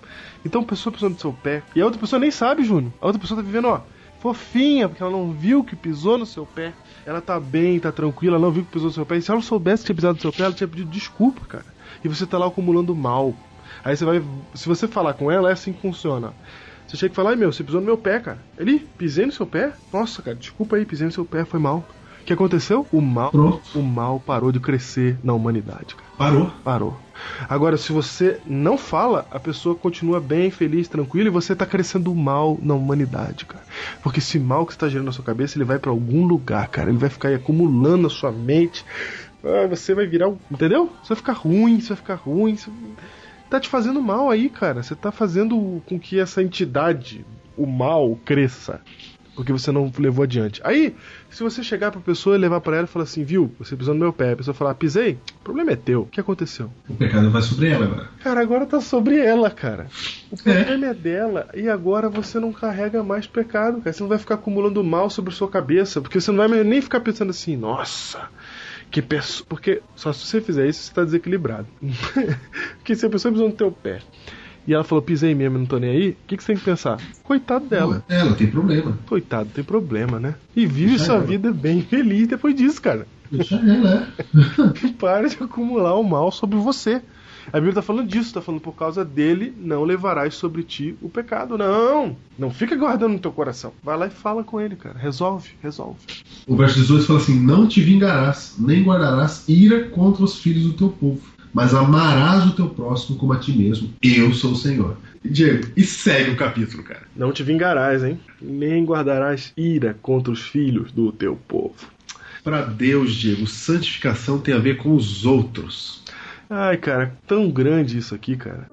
B: Então a pessoa pisou no seu pé. E a outra pessoa nem sabe, Júnior. A outra pessoa tá vivendo, ó, fofinha, porque ela não viu que pisou no seu pé. Ela tá bem, tá tranquila, ela não viu que pisou no seu pé. E se ela soubesse que tinha pisado no seu pé, ela tinha pedido desculpa, cara. E você tá lá acumulando mal. Aí você vai. Se você falar com ela, é assim que funciona. Você chega e fala, ai meu, você pisou no meu pé, cara. Ele, pisei no seu pé? Nossa, cara, desculpa aí, pisei no seu pé, foi mal. O que aconteceu? O mal,
C: Pronto.
B: o mal parou de crescer na humanidade, cara.
C: Parou.
B: Parou. Agora, se você não fala, a pessoa continua bem, feliz, tranquila e você tá crescendo o mal na humanidade, cara. Porque esse mal que você tá gerando na sua cabeça, ele vai pra algum lugar, cara. Ele vai ficar aí acumulando na sua mente. Ah, você vai virar um. Entendeu? Você vai ficar ruim, você vai ficar ruim. Você... Tá te fazendo mal aí, cara. Você tá fazendo com que essa entidade, o mal, cresça. Porque você não levou adiante. Aí, se você chegar pra pessoa e levar pra ela e falar assim, viu, você pisou no meu pé, a pessoa falar, pisei, o problema é teu. O que aconteceu?
C: O pecado vai sobre ela agora.
B: Cara, agora tá sobre ela, cara. O problema é. dela e agora você não carrega mais pecado, cara. Você não vai ficar acumulando mal sobre sua cabeça, porque você não vai nem ficar pensando assim, nossa, que pessoa. Porque só se você fizer isso, você tá desequilibrado. porque se a pessoa pisou no teu pé e ela falou, pisei mesmo, não tô nem aí, o que, que você tem que pensar? Coitado dela.
C: Ela, ela tem problema.
B: Coitado, tem problema, né? E vive
C: Já
B: sua
C: era.
B: vida bem feliz depois disso, cara.
C: Deixa ela.
B: Para de acumular o mal sobre você. A Bíblia tá falando disso, tá falando por causa dele não levarás sobre ti o pecado. Não! Não fica guardando no teu coração. Vai lá e fala com ele, cara. Resolve, resolve.
C: O verso 18 fala assim: Não te vingarás, nem guardarás ira contra os filhos do teu povo, mas amarás o teu próximo como a ti mesmo. Eu sou o Senhor. Diego, e segue o capítulo, cara.
B: Não te vingarás, hein? Nem guardarás ira contra os filhos do teu povo.
C: Para Deus, Diego, santificação tem a ver com os outros.
B: Ai, cara, tão grande isso aqui, cara.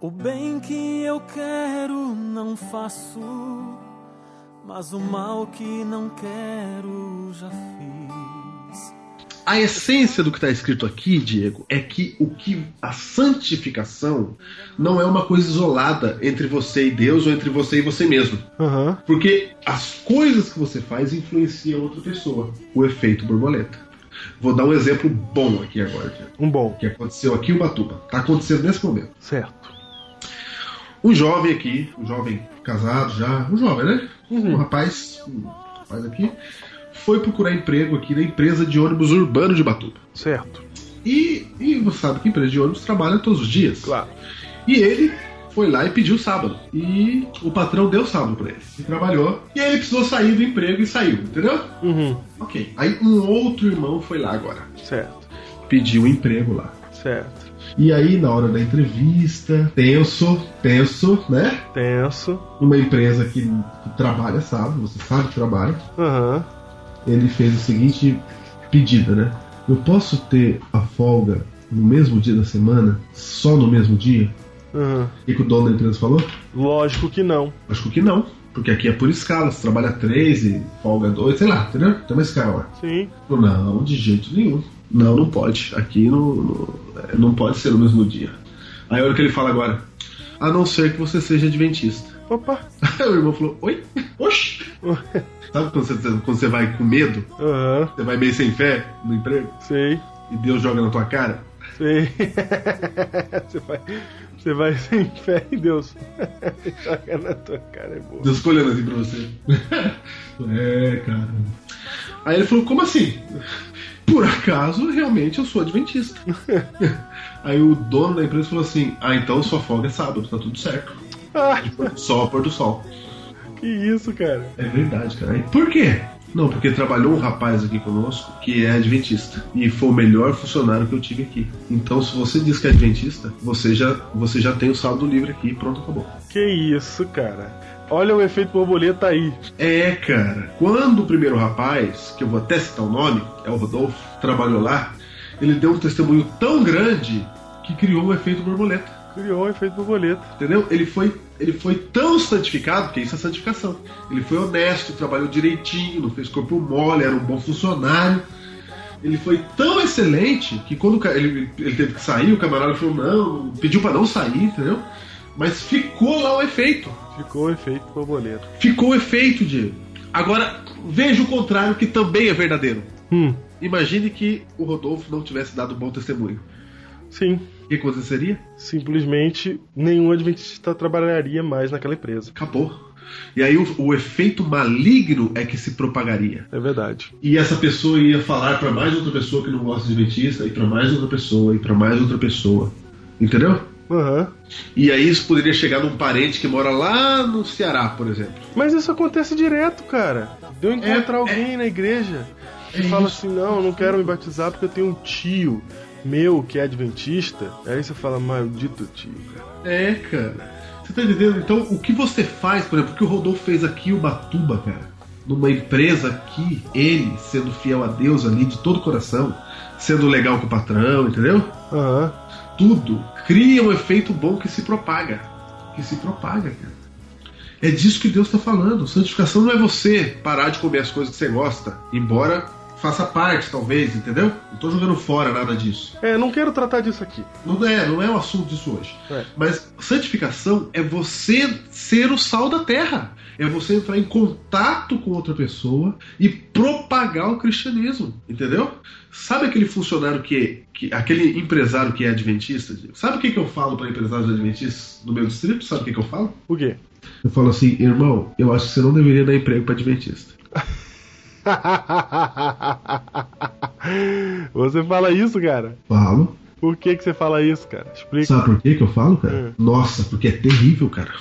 D: O bem que eu quero não faço, mas o mal que não quero já fiz.
C: A essência do que está escrito aqui, Diego, é que o que a santificação não é uma coisa isolada entre você e Deus ou entre você e você mesmo.
B: Aham.
C: Porque as coisas que você faz influenciam outra pessoa. O efeito borboleta. Vou dar um exemplo bom aqui agora, Diego,
B: Um bom.
C: que aconteceu aqui em Ubatuba. Tá acontecendo nesse momento.
B: Certo.
C: Um jovem aqui, um jovem casado já, um jovem, né? Um rapaz, um rapaz aqui, foi procurar emprego aqui na empresa de ônibus urbano de Ubatuba.
B: Certo.
C: E, e você sabe que empresa de ônibus trabalha todos os dias.
B: Claro.
C: E ele foi lá e pediu sábado. E o patrão deu sábado pra ele. E trabalhou. E aí ele precisou sair do emprego e saiu, entendeu?
B: Uhum.
C: Ok. Aí um outro irmão foi lá agora.
B: Certo.
C: Pediu um emprego lá.
B: Certo.
C: E aí, na hora da entrevista, tenso, tenso, né?
B: Tenso.
C: Uma empresa que, que trabalha sábado, você sabe que trabalha.
B: Aham.
C: Ele fez o seguinte pedida, né? Eu posso ter a folga no mesmo dia da semana? Só no mesmo dia?
B: Aham.
C: E que o dono da empresa falou?
B: Lógico que não.
C: Acho que não. Porque aqui é por escala, você trabalha três e folga dois, sei lá, entendeu? Tem uma escala lá.
B: Sim.
C: Falou, Não, de jeito nenhum. Não, não pode. Aqui não, não, é, não pode ser no mesmo dia. Aí olha o que ele fala agora. A não ser que você seja adventista.
B: Opa.
C: Aí o irmão falou, oi? Oxi! Sabe quando você, quando você vai com medo?
B: Aham.
C: Você vai meio sem fé no emprego?
B: Sei,
C: E Deus joga na tua cara?
B: sei. você, vai, você vai sem fé em Deus. Joga na tua cara, é boa.
C: Deus ficou olhando assim pra você. é, cara. Aí ele falou, como assim? Por acaso, realmente eu sou adventista. Aí o dono da empresa falou assim, ah, então sua folga é sábado, tá tudo certo.
B: Ah,
C: Só ao pôr do sol.
B: que isso, cara.
C: É verdade, cara. E por quê? Não, porque trabalhou um rapaz aqui conosco que é adventista e foi o melhor funcionário que eu tive aqui. Então, se você diz que é adventista, você já, você já tem o saldo livre aqui e pronto, acabou.
B: Que isso, cara. Olha o efeito borboleta aí.
C: É, cara. Quando o primeiro rapaz, que eu vou até citar o nome, é o Rodolfo, trabalhou lá, ele deu um testemunho tão grande que criou o efeito borboleta.
B: Criou o efeito borboleta.
C: Entendeu? Ele foi, ele foi tão santificado, porque isso é santificação. Ele foi honesto, trabalhou direitinho, não fez corpo mole, era um bom funcionário. Ele foi tão excelente que quando o ca- ele, ele teve que sair, o camarada falou não, pediu pra não sair, entendeu? Mas ficou lá o efeito.
B: Ficou o efeito borboleta.
C: Ficou o efeito, Diego. Agora, veja o contrário, que também é verdadeiro.
B: Hum,
C: Imagine que o Rodolfo não tivesse dado um bom testemunho.
B: sim.
C: O que aconteceria?
B: Simplesmente nenhum adventista trabalharia mais naquela empresa.
C: Acabou. E aí o, o efeito maligno é que se propagaria.
B: É verdade.
C: E essa pessoa ia falar para mais outra pessoa que não gosta de adventista, e para mais outra pessoa, e para mais outra pessoa. Entendeu?
B: Aham.
C: E aí isso poderia chegar num parente que mora lá no Ceará, por exemplo.
B: Mas isso acontece direto, cara. De eu encontrar
C: É,
B: alguém na igreja que
C: É
B: fala
C: isso.
B: assim: não, eu não quero me batizar porque eu tenho um tio meu que é adventista. Aí você fala: maldito tio, cara.
C: É, cara. Você tá entendendo? Então, o que você faz, por exemplo, o que o Rodolfo fez aqui em Ubatuba, cara, numa empresa aqui, ele sendo fiel a Deus ali de todo o coração, sendo legal com o patrão, entendeu?
B: Aham.
C: Tudo cria um efeito bom que se propaga. Que se propaga, cara. É disso que Deus tá falando. Santificação não é você parar de comer as coisas que você gosta, embora faça parte, talvez, entendeu? Não tô jogando fora nada disso.
B: É, não quero tratar disso aqui.
C: Não é, não é o assunto disso hoje.
B: É.
C: Mas santificação é você ser o sal da terra. É você entrar em contato com outra pessoa e propagar o cristianismo, entendeu? Sabe aquele funcionário que, é, que aquele empresário que é adventista? Diego? Sabe o que, que eu falo para empresários adventistas do meu distrito? Sabe o que, que eu falo?
B: O quê?
C: Eu falo assim, irmão, eu acho que você não deveria dar emprego para adventista.
B: você fala isso, cara?
C: Falo.
B: Por que, que você fala isso, cara? Explica.
C: Sabe por que que eu falo, cara?
B: Hum.
C: Nossa, porque é terrível, cara.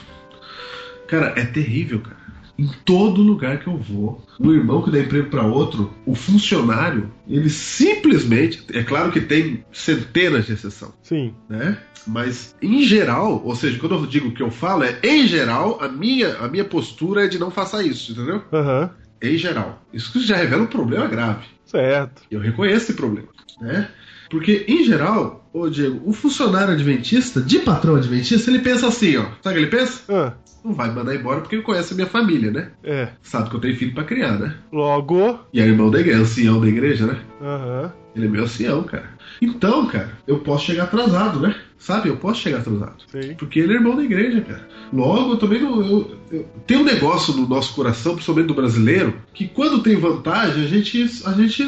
C: Cara, é terrível, cara. Em todo lugar que eu vou, o irmão que dá emprego pra outro, o funcionário, ele simplesmente, é claro que tem centenas de exceção,
B: Sim.
C: né? Mas em geral, ou seja, quando eu digo o que eu falo é, em geral, a minha a minha postura é de não faça isso, entendeu?
B: Aham.
C: Em geral. Isso já revela um problema grave.
B: Certo.
C: Eu reconheço esse problema, né? Porque, em geral, ô Diego, o funcionário adventista, de patrão adventista, ele pensa assim, ó. Sabe o que ele pensa?
B: Ah,
C: Não vai me mandar embora porque ele conhece a minha família, né?
B: é.
C: Sabe que eu tenho filho pra criar, né?
B: Logo.
C: E é irmão da igreja, ancião da igreja, né?
B: Aham.
C: Ele é meu ancião, cara. Então, cara, eu posso chegar atrasado, né? Sabe? Eu posso chegar atrasado.
B: Sei.
C: Porque ele é irmão da igreja, cara. Logo, eu também não. eu- eu- Tem um negócio no nosso coração, principalmente do brasileiro, que quando tem vantagem, a gente, a gente,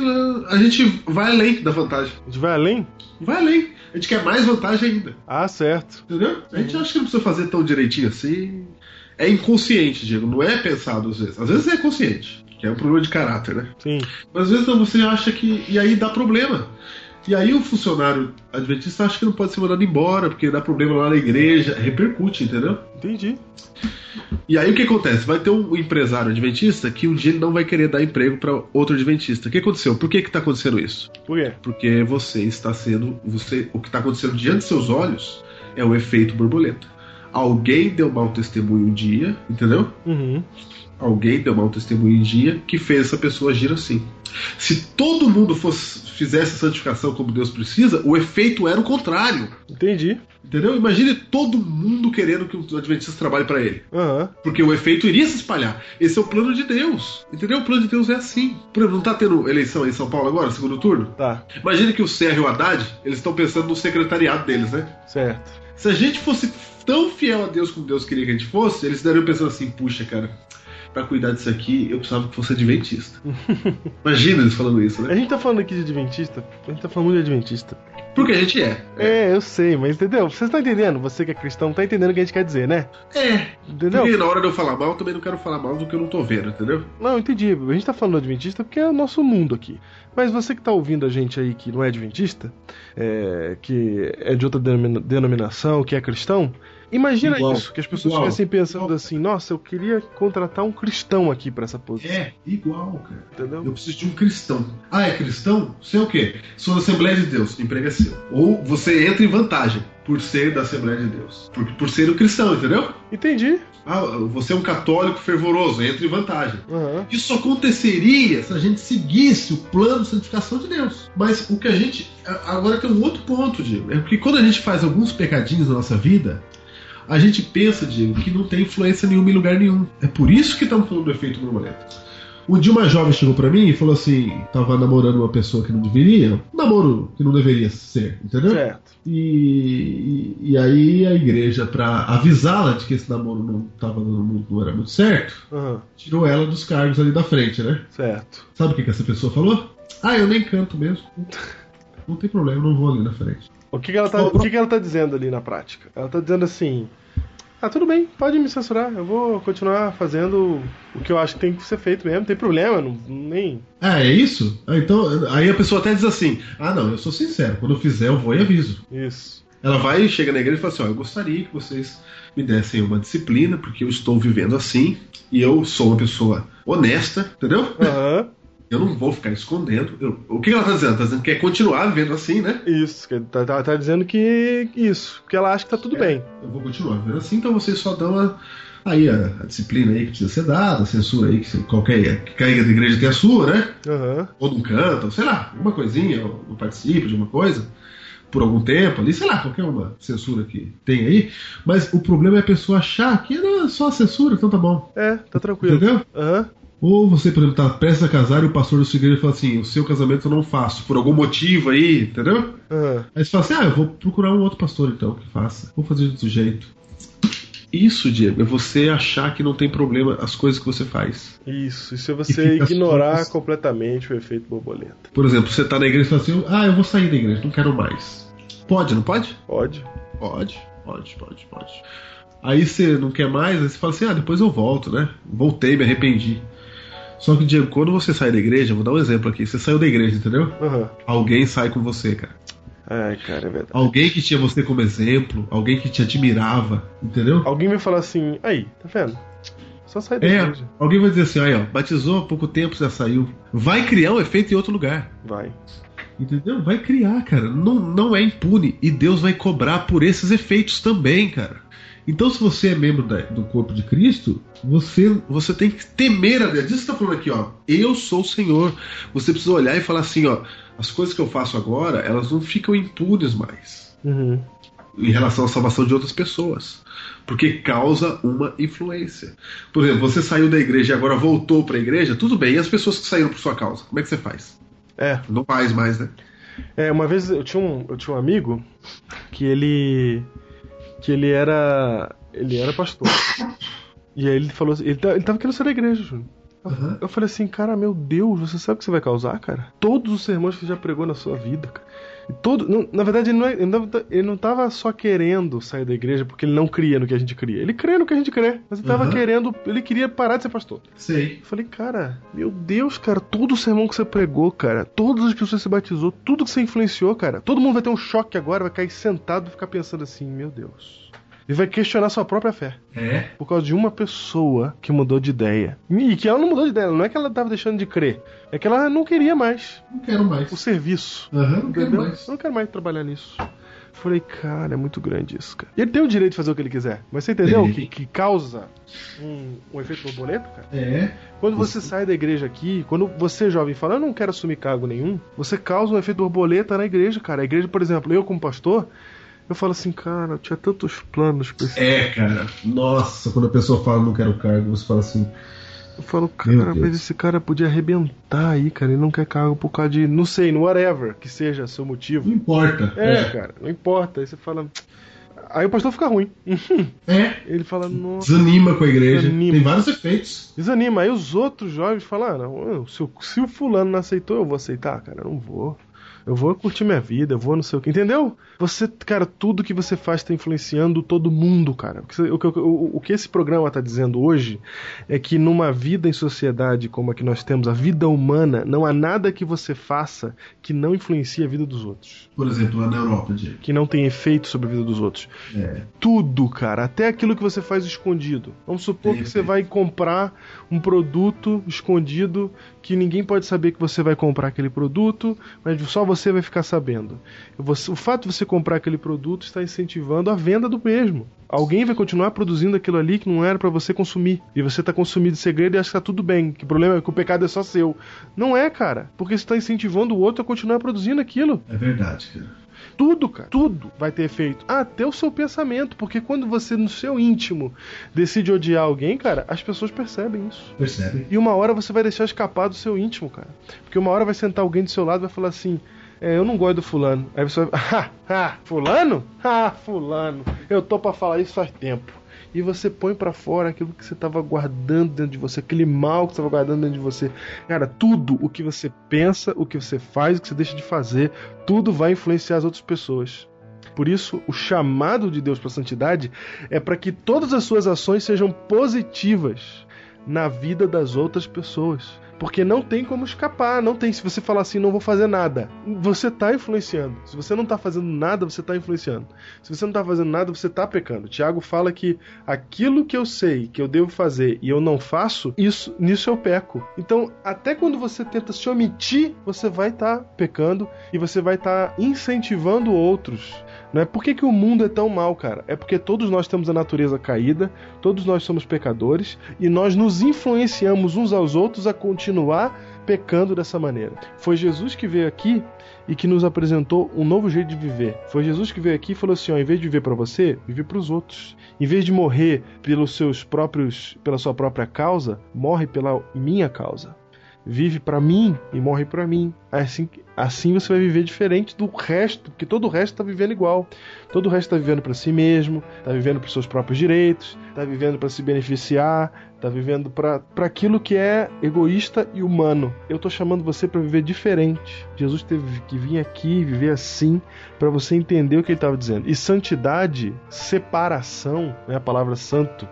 C: a gente vai além da vantagem.
B: A gente vai além?
C: Vai além. A gente quer mais vantagem ainda.
B: Ah, certo.
C: Entendeu? A gente acha que não precisa fazer tão direitinho assim. É inconsciente, Diego. Não é pensado às vezes. Às vezes é consciente. Que é um problema de caráter, né?
B: Sim.
C: Mas às vezes não, você acha que. E aí dá problema. E aí o funcionário adventista acha que não pode ser mandado embora, porque dá problema lá na igreja. Repercute, entendeu?
B: Entendi.
C: E aí o que acontece? Vai ter um empresário adventista que um dia ele não vai querer dar emprego para outro adventista. O que aconteceu? Por que que tá acontecendo isso?
B: Por quê?
C: porque você está sendo, você, o que está acontecendo diante dos seus olhos é o efeito borboleta. Alguém deu mau testemunho um dia, entendeu?
B: Uhum.
C: Alguém deu mau testemunho um dia que fez essa pessoa agir assim. Se todo mundo fosse, fizesse a santificação como Deus precisa, o efeito era o contrário,
B: Entendi.
C: entendeu? Imagine todo mundo querendo que o Adventista trabalhe para ele.
B: Aham.
C: Porque o efeito iria se espalhar. Esse é o plano de Deus. Entendeu? O plano de Deus é assim. Por exemplo, não tá tendo eleição aí em São Paulo agora, segundo turno?
B: Tá.
C: Imagina que o Serra e o Haddad, eles estão pensando no secretariado deles, né?
B: Certo.
C: Se a gente fosse tão fiel a Deus como Deus queria que a gente fosse, eles estariam pensando assim, puxa, cara, pra cuidar disso aqui, eu precisava que fosse adventista. Imagina eles falando isso,
B: A
C: né?
B: gente tá falando aqui de adventista. A gente tá falando muito de adventista.
C: Porque a gente é.
B: É, eu sei, mas entendeu? Vocês estão entendendo? Você que é cristão tá entendendo o que a gente quer dizer, né?
C: É.
B: Entendeu?
C: Porque na hora de eu falar mal, eu também não quero falar mal do que eu não tô vendo, entendeu?
B: Não, entendi. A gente tá falando adventista porque é o nosso mundo aqui. Mas você que tá ouvindo a gente aí que não é adventista, é, que é de outra denomina- denominação, que é cristão, Imagina
C: Igual.
B: isso, que as pessoas
C: Igual.
B: estivessem pensando
C: Igual.
B: assim, nossa, eu queria contratar um cristão aqui pra essa posição,
C: É, igual, cara. Eu
B: entendeu?
C: preciso de um cristão. Ah, é cristão? Sei o quê? Sou da Assembleia de Deus, emprego é seu. Ou você entra em vantagem por ser da Assembleia de Deus. Por, por ser o cristão, entendeu?
B: Entendi.
C: Ah, você é um católico fervoroso, entra em vantagem.
B: Aham.
C: Isso aconteceria se a gente seguisse o plano de santificação de Deus. Mas o que a gente. a- Agora tem um outro ponto, Diego. É porque quando a gente faz alguns pecadinhos na nossa vida, a gente pensa, Diego, que não tem influência nenhuma em lugar nenhum. É por isso que estamos falando do efeito borboleta. Um dia uma jovem chegou pra mim e falou assim: tava namorando uma pessoa que não deveria, um namoro que não deveria ser, entendeu?
B: Certo.
C: E, e, e aí a igreja, pra avisá-la de que esse namoro não, tava, dando- não era muito certo,
B: Aham.
C: tirou ela dos cargos ali da frente, né?
B: Certo.
C: Sabe o que, que essa pessoa falou? Ah, eu nem canto mesmo. Não tem problema, eu não vou ali na frente.
B: O que, que ela tá, o que, que ela tá dizendo ali na prática? Ela tá dizendo assim: Ah, tudo bem, pode me censurar, eu vou continuar fazendo o que eu acho que tem que ser feito mesmo, não tem problema, não, nem.
C: Ah, é isso? Ah, então, aí a pessoa até diz assim: Ah, não, eu sou sincero, quando eu fizer eu vou e aviso.
B: Isso.
C: Ela vai, chega na igreja e fala assim: Ó, eu gostaria que vocês me dessem uma disciplina, porque eu estou vivendo assim e eu sou uma pessoa honesta, entendeu?
B: Aham.
C: Eu não vou ficar escondendo. Eu- o que ela tá dizendo? Tá dizendo que é continuar vivendo assim, né?
B: Isso. que Tá, tá, tá dizendo que. Isso. Que ela acha que tá tudo bem.
C: Eu vou continuar vendo assim, então vocês só dão a, aí a, a disciplina aí que precisa ser dada, a censura aí que se- qualquer que caiga da igreja tem a sua, né?
B: Aham.
C: Ou não canta, ou sei lá, alguma coisinha, ou não participa de uma coisa por algum tempo ali, sei lá, qualquer uma censura que tem aí. Mas o problema é a pessoa achar que era só a censura, então tá bom.
B: É, tá tranquilo.
C: Entendeu?
B: Aham.
C: Ou você, por exemplo, tá prestes a casar e o pastor da sua igreja fala assim: o seu casamento eu não faço, por algum motivo aí, entendeu?
B: Aham.
C: Aí você fala assim: ah, eu vou procurar um outro pastor então que faça. Vou fazer de outro jeito. Isso, Diego, é você achar que não tem problema as coisas que você faz.
B: Isso. Isso é
C: E
B: você
C: fica as
B: ignorar
C: coisas-
B: completamente o efeito borboleta.
C: Por exemplo, você tá na igreja e fala assim: ah, eu vou sair da igreja, não quero mais. Pode, não pode?
B: Pode.
C: Pode, pode, pode, pode. Aí você não quer mais, aí você fala assim: ah, depois eu volto, né? Voltei, me arrependi. Só que, Diego, quando você sai da igreja, vou dar um exemplo aqui: você saiu da igreja, entendeu?
B: Aham.
C: Alguém sai com você, cara.
B: Ai, cara, é verdade.
C: Alguém que tinha você como exemplo, alguém que te admirava, entendeu?
B: Alguém vai falar assim: Aí, tá vendo? Só sai da
C: É,
B: igreja.
C: alguém vai dizer assim, aí ó, batizou há pouco tempo, já saiu. Vai criar um efeito em outro lugar.
B: Vai.
C: Entendeu? Vai criar, cara. Não, não é impune. E Deus vai cobrar por esses efeitos também, cara. Então, se você é membro da- do corpo de Cristo, você, você tem que temer a Deus. Isso que tá falando aqui, ó. Eu sou o Senhor. Você precisa olhar e falar assim, ó. As coisas que eu faço agora, elas não ficam impunes mais
B: Uhum.
C: em relação à salvação de outras pessoas, porque causa uma influência. Por exemplo, você saiu da igreja e agora voltou para a igreja, tudo bem, e as pessoas que saíram por sua causa, como é que você faz?
B: É.
C: Não faz mais, né?
B: É, uma vez eu tinha um, eu tinha um amigo que ele que ele era ele era pastor. E aí ele falou, assim- ele, ta- ele tava querendo sair da igreja, Júnior.
C: Aham.
B: Eu falei assim, cara, meu Deus, você sabe o que você vai causar, cara? Todos os sermões que você já pregou na sua vida, cara. E todo, não- na verdade, ele não, é- ele, não, tava- ele não tava só querendo sair da igreja porque ele não cria no que a gente cria. Ele crê no que a gente crê, mas ele tava
C: Aham.
B: querendo, ele queria parar de ser pastor.
C: Sei.
B: Eu falei, cara, meu Deus, cara, todo o sermão que você pregou, cara, todas as pessoas que você batizou, tudo que você influenciou, cara, todo mundo vai ter um choque agora, vai cair sentado e ficar pensando assim, meu Deus. E vai questionar sua própria fé.
C: É.
B: Por causa de uma pessoa que mudou de ideia. E que ela não mudou de ideia, não é que ela tava deixando de crer. É que ela não queria mais
C: Não quero mais.
B: o serviço.
C: Aham, não quero
B: Entendeu?
C: mais.
B: Eu não quero mais trabalhar nisso. Eu Falei, cara, é muito grande isso, cara. E ele tem o direito de fazer o que ele quiser. Mas você entendeu
C: Tem.
B: que, que causa um, um efeito borboleta, cara?
C: É.
B: Quando você sai da igreja aqui, quando você jovem fala, eu não quero assumir cargo nenhum, você causa um efeito borboleta na igreja, cara. A igreja, por exemplo, eu como pastor, eu falo assim, cara, eu tinha tantos planos pra esse...
C: É, cara. Nossa, quando a pessoa fala não quero cargo, você fala assim.
B: Eu falo,
C: Meu
B: cara,
C: Deus.
B: mas esse cara podia arrebentar aí, cara. Ele não quer cargo por causa de, não sei, no whatever que seja seu motivo.
C: Não importa.
B: É, cara, não importa. Aí você fala. Aí o pastor fica ruim.
C: É.
B: Ele fala, nossa.
C: Desanima com a igreja.
B: Desanima.
C: Tem vários efeitos.
B: Desanima. Aí os outros jovens falam: ah, não, se o, se o fulano não aceitou, eu vou aceitar, cara. Eu não vou. Eu vou curtir minha vida, eu vou não sei o que. Entendeu? Você, cara, tudo que você faz tá influenciando todo mundo, cara. O que você- O, que- o- o que esse programa tá dizendo hoje é que numa vida em sociedade como a que nós temos, a vida humana, não há nada que você faça que não influencie a vida dos outros.
C: Por exemplo, lá na Europa, Diego. É,
B: que não tem efeito sobre a vida dos outros. tudo, cara. Até aquilo que você faz escondido. Vamos supor que você vai comprar um produto escondido que ninguém pode saber que você vai comprar aquele produto, mas só você vai ficar sabendo. Você- o fato de você comprar aquele produto está incentivando a venda do mesmo. Alguém vai continuar produzindo aquilo ali que não era pra você consumir. E você tá consumindo em segredo e acha que tá tudo bem. Que o problema é que o pecado é só seu. Não é, cara. Porque você tá incentivando o outro a continuar produzindo aquilo.
C: É verdade, cara.
B: Tudo, cara, tudo vai ter efeito. Até o seu pensamento, porque quando você, no seu íntimo, decide odiar alguém, cara, as pessoas percebem isso.
C: Percebe?
B: E uma hora você vai deixar escapar do seu íntimo, cara. Porque uma hora vai sentar alguém do seu lado e vai falar assim. É, eu não gosto do fulano. Aí você vai. Ah, ah, fulano? Ah, fulano. Eu tô pra falar isso faz tempo. E você põe pra fora aquilo que você tava guardando dentro de você, aquele mal que você tava guardando dentro de você. Cara, tudo o que você pensa, o que você faz, o que você deixa de fazer, tudo vai influenciar as outras pessoas. Por isso, o chamado de Deus para santidade é para que todas as suas ações sejam positivas na vida das outras pessoas. Porque não tem como escapar, não tem. Se você falar assim, não vou fazer nada, você tá influenciando. Se você não tá fazendo nada, você tá influenciando. Se você não tá fazendo nada, você tá pecando. Tiago fala que aquilo que eu sei que eu devo fazer e eu não faço, isso nisso eu peco. Então, até quando você tenta se omitir, você vai estar pecando e você vai estar incentivando outros. Né? Por que, que o mundo é tão mal, cara? É porque todos nós temos a natureza caída, todos nós somos pecadores e nós nos influenciamos uns aos outros a continuar pecando dessa maneira. Foi Jesus que veio aqui e que nos apresentou um novo jeito de viver. Foi Jesus que veio aqui e falou assim: ó, em vez de viver para você, vive para os outros. Em vez de morrer pelos seus próprios, pela sua própria causa, morre pela minha causa vive pra mim e morre pra mim. Assim, assim você vai viver diferente do resto, porque todo o resto tá vivendo igual. Todo o resto tá vivendo pra si mesmo, tá vivendo pros seus próprios direitos, tá vivendo pra se beneficiar, tá vivendo pra pra aquilo que é egoísta e humano. Eu tô chamando você pra viver diferente. Jesus teve que vir aqui e viver assim pra você entender o que ele estava dizendo. E santidade, separação, né, a palavra santo,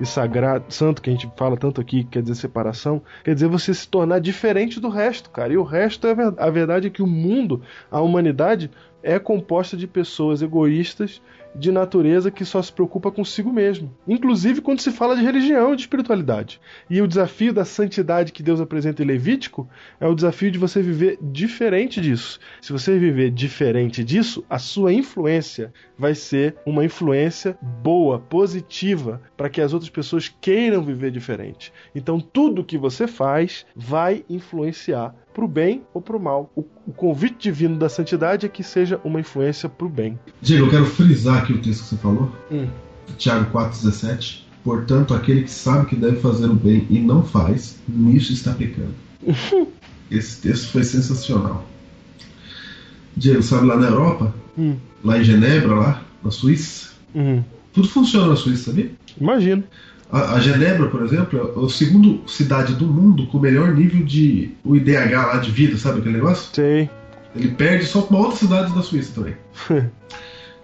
B: e sagrado, santo que a gente fala tanto aqui, que quer dizer separação, quer dizer você se tornar diferente do resto, cara. E o resto é ver- a verdade é que o mundo, a humanidade é composta de pessoas egoístas de natureza que só se preocupa consigo mesmo, inclusive quando se fala de religião e de espiritualidade. E o desafio da santidade que Deus apresenta em Levítico é o desafio de você viver diferente disso. Se você viver diferente disso, a sua influência vai ser uma influência boa, positiva, para que as outras pessoas queiram viver diferente. Então, tudo que você faz vai influenciar para o bem ou para o mal. O o convite divino da santidade é que seja uma influência para o bem.
C: Diego, eu quero frisar aqui o texto que você falou.
B: Hum.
C: Tiago 4,17. Portanto, aquele que sabe que deve fazer o bem e não faz, nisso está pecando. Esse texto foi sensacional. Diego, sabe lá na Europa,
B: Hum.
C: lá em Genebra, lá na Suíça,
B: Hum.
C: tudo funciona na Suíça, sabia?
B: Imagino.
C: A, a Genebra, por exemplo, é a segunda cidade do mundo com o melhor nível de o IDH lá de vida, sabe aquele negócio?
B: Sei.
C: Ele perde só pra uma outra cidade da Suíça também.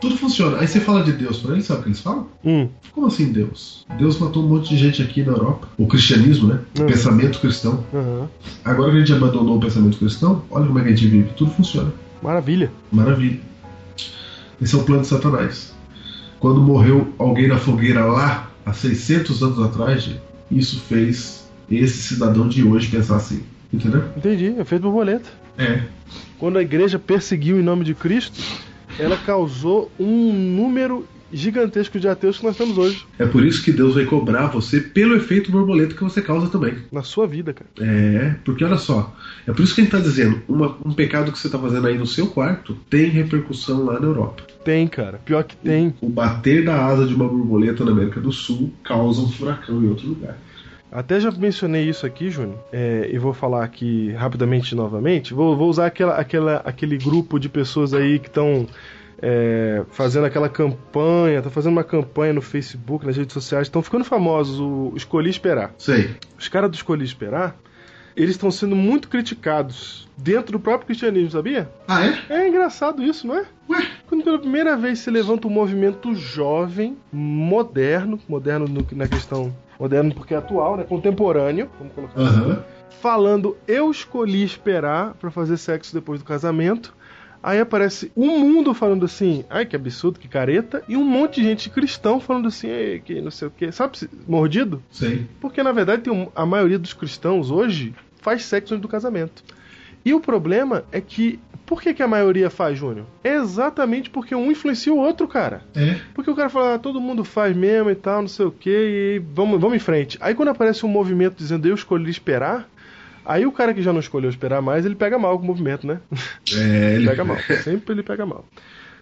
C: Tudo funciona. Aí você fala de Deus pra eles, sabe o que eles falam?
B: Hum.
C: Como assim Deus? Deus matou um monte de gente aqui na Europa. O cristianismo, né? O
B: Uhum.
C: pensamento cristão.
B: Aham.
C: Agora que a gente abandonou o pensamento cristão, olha como é que a gente vive. Tudo funciona.
B: Maravilha.
C: Maravilha. Esse é o plano de Satanás. Quando morreu alguém na fogueira lá, há 600 anos atrás, Diego, isso fez esse cidadão de hoje pensar assim. Entendeu?
B: Entendi. É feito borboleta.
C: É.
B: quando a igreja perseguiu em nome de Cristo, ela causou um número gigantesco de ateus que nós temos hoje
C: É por isso que Deus vai cobrar você pelo efeito borboleta que você causa também.
B: na sua vida, cara.
C: É, porque olha só, é por isso que a gente tá dizendo, uma- um pecado que você tá fazendo aí no seu quarto tem repercussão lá na Europa.
B: Tem, cara. Pior que tem.
C: O bater da asa de uma borboleta na América do Sul causa um furacão em outro lugar.
B: Até já mencionei isso aqui, Júnior, é, e vou falar aqui rapidamente novamente. Vou, vou usar aquela, aquela- aquele grupo de pessoas aí que estão fazendo aquela campanha, estão fazendo uma campanha no Facebook, nas redes sociais, estão ficando famosos. O Escolhi Esperar.
C: Sei.
B: Os caras do Escolhi Esperar, eles estão sendo muito criticados dentro do próprio cristianismo, sabia?
C: Ah, é?
B: É engraçado isso, não é?
C: Ué?
B: Quando pela primeira vez se levanta um movimento jovem, moderno, moderno no- na questão. Moderno porque é atual, né? Contemporâneo, vamos colocar assim.
C: Aham.
B: Falando, eu escolhi esperar pra fazer sexo depois do casamento. Aí aparece um mundo falando assim, ai que absurdo, que careta, e um monte de gente cristão falando assim, "Ei, que não sei o que, sabe, se- mordido?
C: Sei.
B: Porque na verdade tem um- a maioria dos cristãos hoje faz sexo antes do casamento. E o problema é que por que, que a maioria faz, Júnior? É exatamente porque um influencia o outro, cara.
C: É.
B: Porque o cara fala, ah, todo mundo faz mesmo e tal, não sei o que, e vamos, vamos em frente. Aí quando aparece um movimento dizendo eu escolhi esperar, aí o cara que já não escolheu esperar mais, ele pega mal com o movimento, né?
C: É, ele
B: Ele pega mal. Sempre ele pega mal.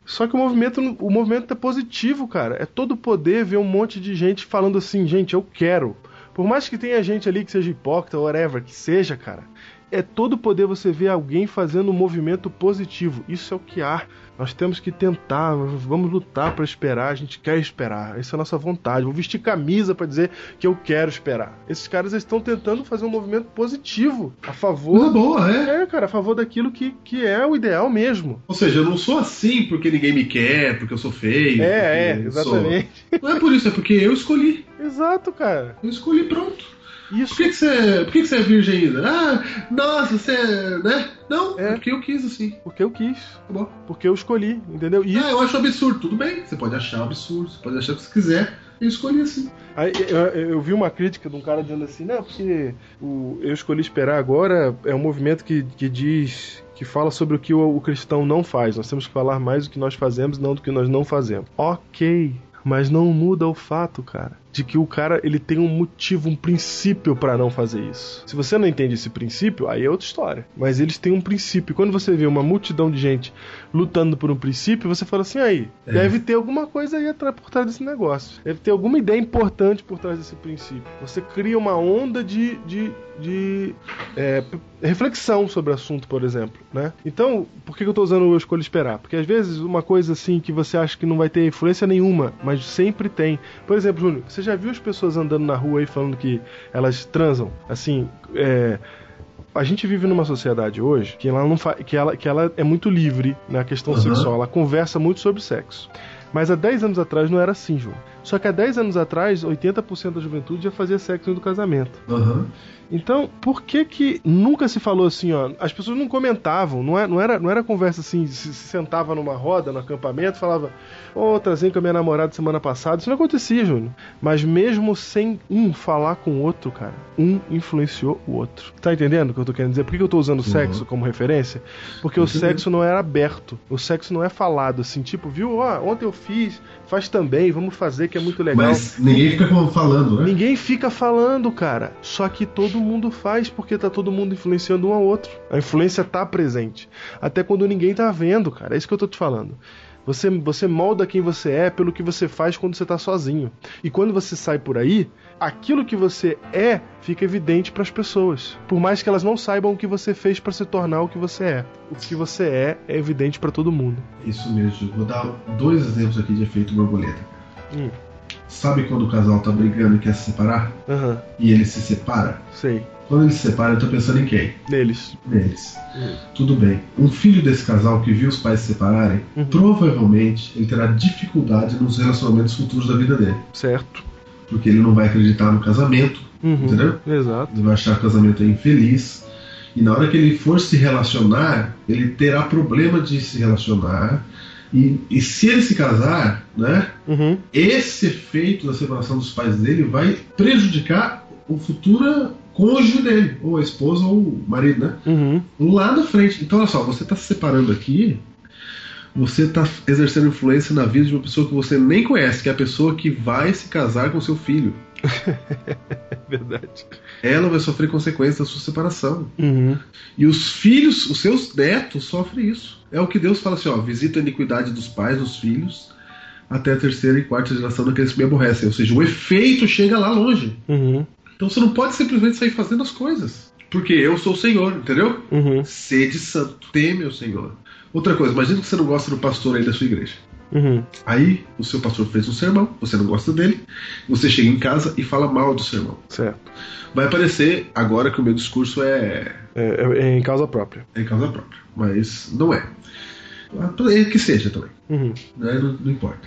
B: Só que o movimento, o movimento é positivo, cara. É todo poder ver um monte de gente falando assim, gente, eu quero. Por mais que tenha gente ali que seja hipócrita, whatever, que seja, cara. É todo poder você ver alguém fazendo um movimento positivo. Isso é o que há. Nós temos que tentar, vamos lutar pra esperar. A gente quer esperar. Essa é a nossa vontade. Vou vestir camisa pra dizer que eu quero esperar. Esses caras eles estão tentando fazer um movimento positivo a favor
C: Boa, boa, é.
B: é, cara, a favor daquilo que, que é o ideal mesmo.
C: Ou seja, eu não sou assim porque ninguém me quer, porque eu sou feio.
B: É, é,
C: porque eu
B: exatamente.
C: sou- Não é por isso, é porque eu escolhi.
B: Exato, cara.
C: Eu escolhi, pronto. Por
B: Isso.
C: que, que, você, por que, que você é virgem ainda? Ah, nossa, você é. né? Não,
B: É.
C: é porque eu quis assim.
B: Porque eu quis.
C: Tá bom.
B: Porque eu escolhi, entendeu? E
C: Ah, eu acho absurdo, tudo bem. Você pode achar absurdo, você pode achar o que você quiser. Eu escolhi assim.
B: aí, eu, eu vi uma crítica de um cara dizendo assim, não, porque o Eu Escolhi Esperar Agora é um movimento que, que diz. que fala sobre o que o, o cristão não faz. Nós temos que falar mais do que nós fazemos, não do que nós não fazemos. Ok. Mas não muda o fato, cara, de que o cara ele tem um motivo, um princípio pra não fazer isso. Se você não entende esse princípio, aí é outra história. Mas eles têm um princípio. Quando você vê uma multidão de gente lutando por um princípio, você fala assim: aí,
C: É.
B: deve ter alguma coisa aí atrás por trás desse negócio. Deve ter alguma ideia importante por trás desse princípio. Você cria uma onda de, de, de é, p- reflexão sobre o assunto, por exemplo, né? Então, por que que eu tô usando o Eu Escolho Esperar? Porque às vezes uma coisa assim que você acha que não vai ter influência nenhuma, mas sempre tem. Por exemplo, Júnior, você já viu as pessoas andando na rua aí falando que elas transam? Assim, é, a gente vive numa sociedade hoje que ela, não fa... que ela, que ela é muito livre na questão
C: Uhum.
B: sexual, ela conversa muito sobre sexo. Mas há 10 anos atrás não era assim, João. Só que há 10 anos atrás, 80% da juventude já fazia sexo antes do casamento.
C: Aham.
B: Então, por que que nunca se falou assim, ó? As pessoas não comentavam, não é- não era, não era, conversa assim, se, se sentava numa roda, no acampamento, falava, ô, trazinho com a minha namorada semana passada. Isso não acontecia, Júnior. Mas mesmo sem um falar com o outro, cara, um influenciou o outro. Tá entendendo o que eu tô querendo dizer? Por que, que eu tô usando o sexo como referência? Porque o
C: Uhum. Entendi.
B: sexo não era aberto, o sexo não é falado, assim, tipo, viu, ó, ontem eu fiz, faz também, vamos fazer que é muito legal.
C: Mas ninguém fica falando, né?
B: Ninguém fica falando, cara. Só que todo mundo faz porque tá todo mundo influenciando um ao outro. A influência tá presente. Até quando ninguém tá vendo, cara. É isso que eu tô te falando. Você, você molda quem você é pelo que você faz quando você tá sozinho. E quando você sai por aí, aquilo que você é fica evidente pras pessoas. Por mais que elas não saibam o que você fez pra se tornar o que você é. O que você é é evidente pra todo mundo.
C: Isso mesmo. Vou dar dois exemplos aqui de efeito borboleta.
B: Hum.
C: Sabe quando o casal tá brigando e quer se separar?
B: Aham,
C: E ele se separa?
B: sei.
C: Quando ele se separa, eu tô pensando em quem?
B: Neles.
C: Neles.
B: Uhum.
C: Tudo bem. Um filho desse casal que viu os pais se separarem,
B: Uhum.
C: provavelmente ele terá dificuldade nos relacionamentos futuros da vida dele.
B: Certo.
C: Porque ele não vai acreditar no casamento,
B: Uhum.
C: Entendeu?
B: Exato.
C: ele vai achar o casamento é infeliz. E na hora que ele for se relacionar, ele terá problema de se relacionar. E, e se ele se casar, né?
B: Uhum.
C: esse efeito da separação dos pais dele vai prejudicar o futuro cônjuge dele, ou a esposa ou o marido, né?
B: Uhum.
C: Lá na frente. Então, olha só, você está se separando aqui, você está exercendo influência na vida de uma pessoa que você nem conhece, que é a pessoa que vai se casar com seu filho.
B: É verdade.
C: Ela vai sofrer consequências da sua separação.
B: Uhum.
C: E os filhos, os seus netos sofrem isso. É o que Deus fala assim, ó, visita a iniquidade dos pais, dos filhos, até a terceira e quarta geração daqueles que me aborrecem. Ou seja, o efeito chega lá longe.
B: Uhum,
C: Então você não pode simplesmente sair fazendo as coisas. Porque eu sou o Senhor, entendeu?
B: uhum,
C: Sede santo, teme o Senhor. Outra coisa, imagina que você não gosta do pastor aí da sua igreja.
B: uhum.
C: Aí o seu pastor fez um sermão, você não gosta dele, você chega em casa e fala mal do sermão.
B: Certo.
C: Vai parecer agora que o meu discurso é
B: É, é- é em causa própria.
C: É em causa própria, mas não é. É Que seja também,
B: Uhum,
C: né? não, não importa.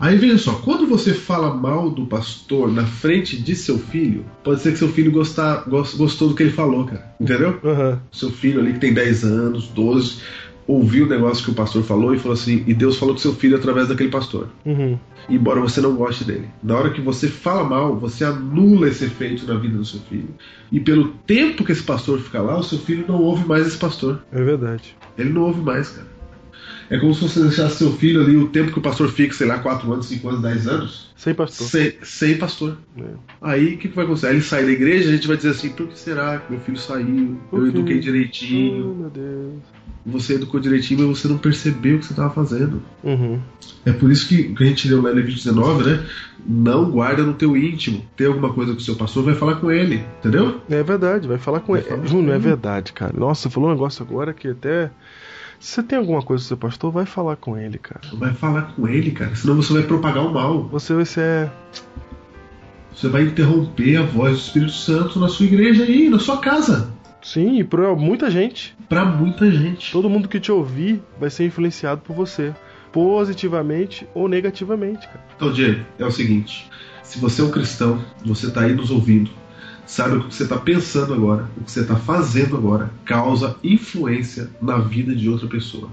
C: Aí veja só, quando você fala mal do pastor na frente de seu filho, pode ser que seu filho gostar, gos- gostou do que ele falou, cara. Entendeu?
B: aham,
C: Seu filho ali que tem 10 anos, 12, ouviu o negócio que o pastor falou e falou assim: e Deus falou com seu filho através daquele pastor,
B: Uhum.
C: embora você não goste dele. Na hora que você fala mal, você anula esse efeito na vida do seu filho. E pelo tempo que esse pastor fica lá, o seu filho não ouve mais esse pastor.
B: É verdade.
C: Ele não ouve mais, cara. É como se você deixasse seu filho ali o tempo que o pastor fica, sei lá, 4 anos, 5 anos, 10 anos,
B: Sem pastor.
C: sem, sem pastor.
B: É.
C: Aí o que, que vai acontecer? Aí ele sai da igreja, a gente vai dizer assim: por que será que meu filho saiu? Eu
B: Ok.
C: eduquei
B: Oh,
C: direitinho,
B: meu Deus.
C: você educou direitinho, mas você não percebeu o que você estava fazendo.
B: Uhum.
C: É por isso que o que a gente leu lá em Levítico 19, né? Não guarda no teu íntimo. Tem alguma coisa que o seu pastor vai falar com ele, entendeu?
B: É verdade, vai falar com
C: Vai
B: ele.
C: falar
B: Júnior,
C: com
B: é
C: ele.
B: verdade, cara. Nossa, você falou um negócio agora que até. Se você tem alguma coisa do seu pastor, vai falar com ele, cara.
C: Vai falar com ele, cara. Senão você vai propagar o mal.
B: Você vai ser.
C: Você vai interromper a voz do Espírito Santo na sua igreja aí, na sua casa.
B: Sim, e pra muita gente.
C: Pra muita gente.
B: Todo mundo que te ouvir vai ser influenciado por você. Positivamente ou negativamente, cara.
C: Então, Diego, é o seguinte: se você é um cristão, você tá aí nos ouvindo, sabe o que você tá pensando agora, o que você tá fazendo agora, causa influência na vida de outra pessoa.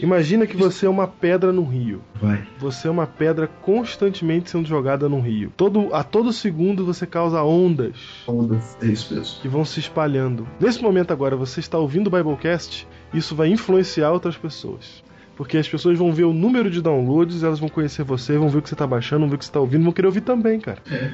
B: Imagina que você é uma pedra no rio.
C: Vai.
B: Você é uma pedra constantemente sendo jogada no rio. Todo, a todo segundo você causa ondas.
C: Ondas. É isso mesmo.
B: que vão se espalhando. Nesse momento agora, você está ouvindo o Biblecast, isso vai influenciar outras pessoas. Porque as pessoas vão ver o número de downloads, elas vão conhecer você, vão ver o que você está baixando, vão ver o que você está ouvindo, vão querer ouvir também, cara.
C: É.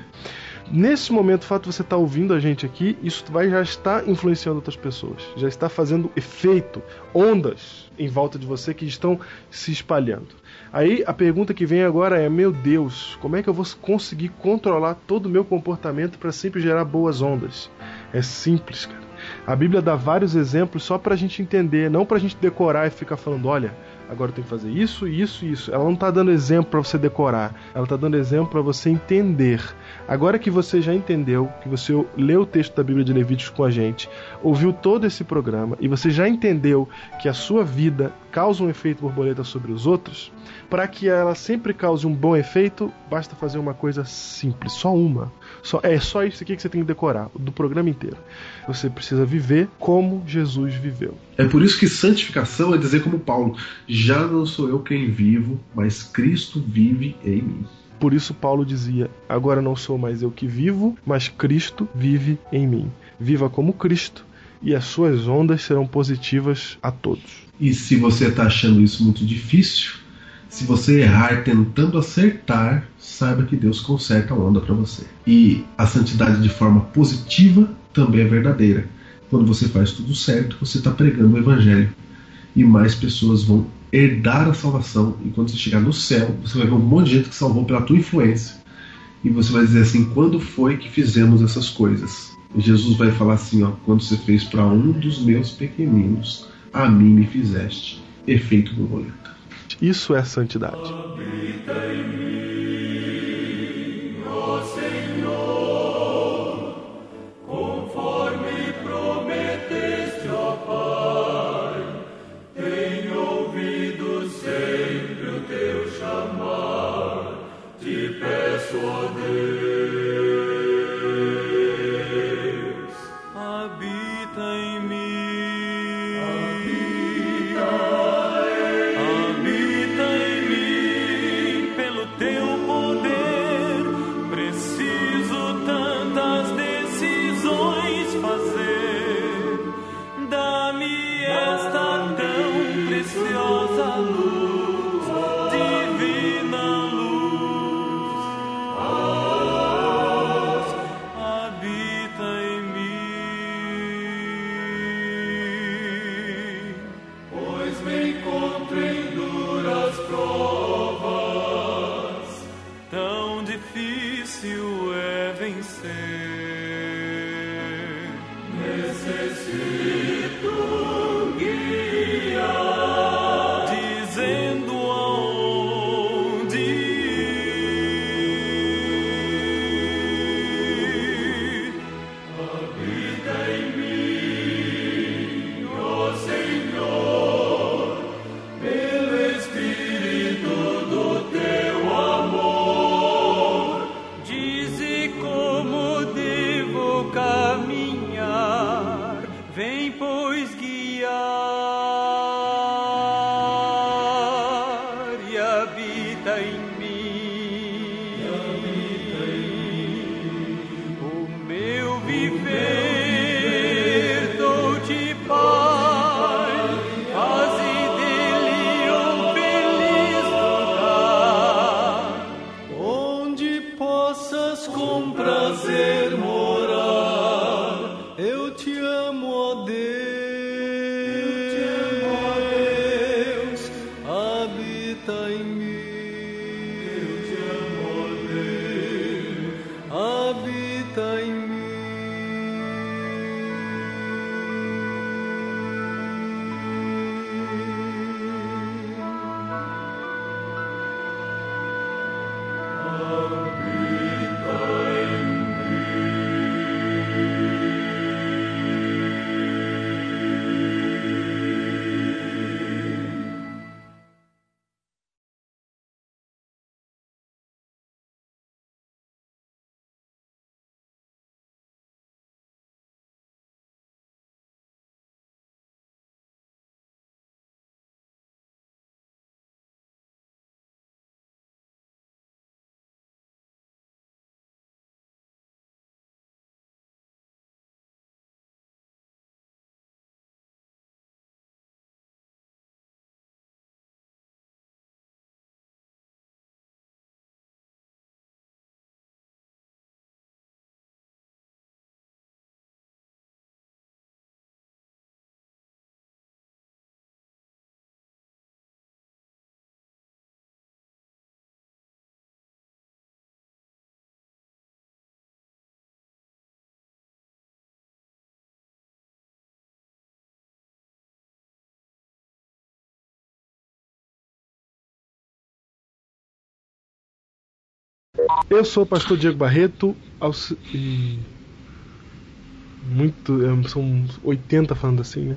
B: Nesse momento, o fato de você estar ouvindo a gente aqui, isso vai já estar influenciando outras pessoas. Já está fazendo efeito, ondas em volta de você que estão se espalhando. Aí a pergunta que vem agora é: meu Deus, como é que eu vou conseguir controlar todo o meu comportamento para sempre gerar boas ondas? É simples, cara. A Bíblia dá vários exemplos só pra gente entender, não pra gente decorar e ficar falando, olha, agora eu tenho que fazer isso, isso, e isso. Ela não tá dando exemplo pra você decorar, ela tá dando exemplo pra você entender. Agora que você já entendeu, que você leu o texto da Bíblia de Levíticos com a gente, ouviu todo esse programa e você já entendeu que a sua vida causa um efeito borboleta sobre os outros, para que ela sempre cause um bom efeito, basta fazer uma coisa simples, só uma. Só- é só isso aqui que você tem que decorar, do programa inteiro. Você precisa viver como Jesus viveu.
C: É por isso que santificação é dizer como Paulo: já não sou eu quem vivo, mas Cristo vive em mim.
B: Por isso Paulo dizia: Agora não sou mais eu que vivo, mas Cristo vive em mim. Viva como Cristo e as suas ondas serão positivas a todos.
C: E se você está achando isso muito difícil, se você errar tentando acertar, saiba que Deus conserta a onda para você. E a santidade de forma positiva também é verdadeira. Quando você faz tudo certo, você está pregando o evangelho e mais pessoas vão herdar a salvação. E quando você chegar no céu, você vai ver um monte de gente que salvou pela tua influência. E você vai dizer assim: quando foi que fizemos essas coisas? E Jesus vai falar assim: ó, quando você fez para um dos meus pequeninos, a mim me fizeste. Efeito borboleta.
B: Isso é santidade.
D: habita em mim. Habita em mim pelo teu poder. Preciso tantas decisões fazer. Dá-me esta tão preciosa luz, divina luz. é um habita em mim. O meu viver dou-te Pai, faze dele um feliz lugar, onde possas com prazer morar. Eu te amo, ó Deus, habita em mim. Eu te amo, ó Deus habita em mim.
B: Eu sou o pastor Diego Barreto. Aux... e- Muito. é, São 80 falando assim, né?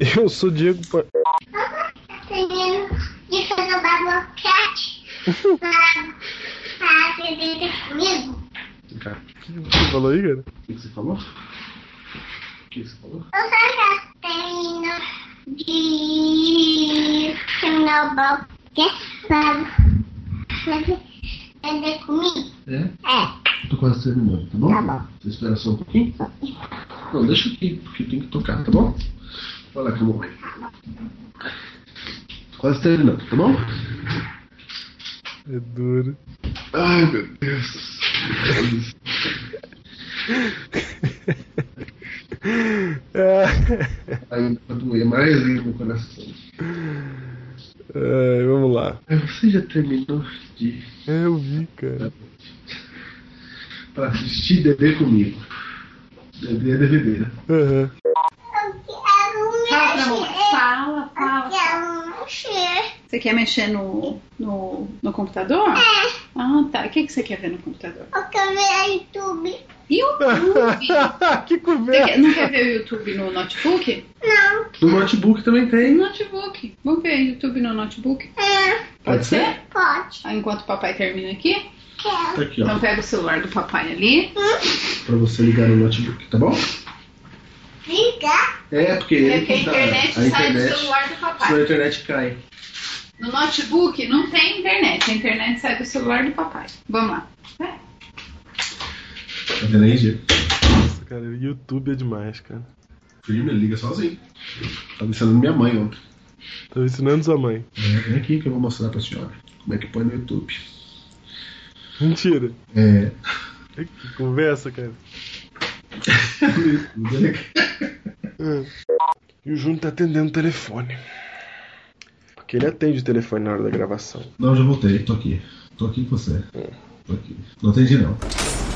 C: É.
B: Eu sou Diego. Pa-
E: Tenho de fazer o babocate para aprender comigo.
C: Vem cá.
B: Você falou aí, cara?
C: O que que você falou? O que que você falou?
E: Eu só já tenho de terminar o babocate para aprender comigo.
C: É?
E: É,
C: Tô quase terminando, tá bom?
E: Tá bom.
C: Você espera só um pouquinho? Não, deixa aqui, porque tem que tocar, tá bom? Olha lá que eu vou. Tô Quase terminando, tá bom?
B: É duro.
C: Ai, meu Deus.
B: É.
C: Ainda vai doer mais ainda no coração. assim,
B: É, vamos lá.
C: Ai, "Ah, Você já terminou de
B: É, eu vi, cara.
C: pra assistir Dedê comigo? Dedê é DVD, né?
B: Aham.
E: eu quero
F: Fala, amor.
E: mexer.
F: Fala,
E: Eu
F: fala.
E: quero mexer.
F: Você quer mexer no, no, no computador?
E: É,
F: Ah, tá. O que, que você quer ver no computador?
E: eu quero ver YouTube.
F: YouTube!
B: que
F: Você
B: conversa!
F: quer- não quer ver o YouTube no notebook?
E: Não,
C: No notebook também tem,
F: No
C: né?
F: notebook. Vamos ver YouTube no notebook?
E: é,
F: Pode ser?
E: pode.
F: Ah, Enquanto o papai termina aqui.
E: Quero.
C: Tá aqui, ó.
F: Então pega o celular do papai ali.
C: Pra você ligar no notebook, tá bom?
E: Ligar.
C: É, porque
F: É
C: ele
F: que a
C: tá-
F: internet
C: a
F: sai do
C: internet-
F: celular do
C: Senão a
F: papai.
C: internet cai.
F: No notebook não tem internet. A internet sai do celular do papai. Vamos lá. Vai.
C: Tá vendo aí, Diego?
B: Nossa, cara, YouTube é demais, cara.
C: Firme, ele liga sozinho. Tava ensinando minha mãe ontem.
B: Tava ensinando sua mãe.
C: É, vem aqui que eu vou mostrar pra senhora como é que põe no YouTube.
B: Mentira.
C: É.
B: Que conversa, cara. E o Júnior tá atendendo o telefone. Porque ele atende o telefone na hora da gravação.
C: Não, já voltei, tô aqui. Tô aqui com você. Tô aqui. Não atendi não.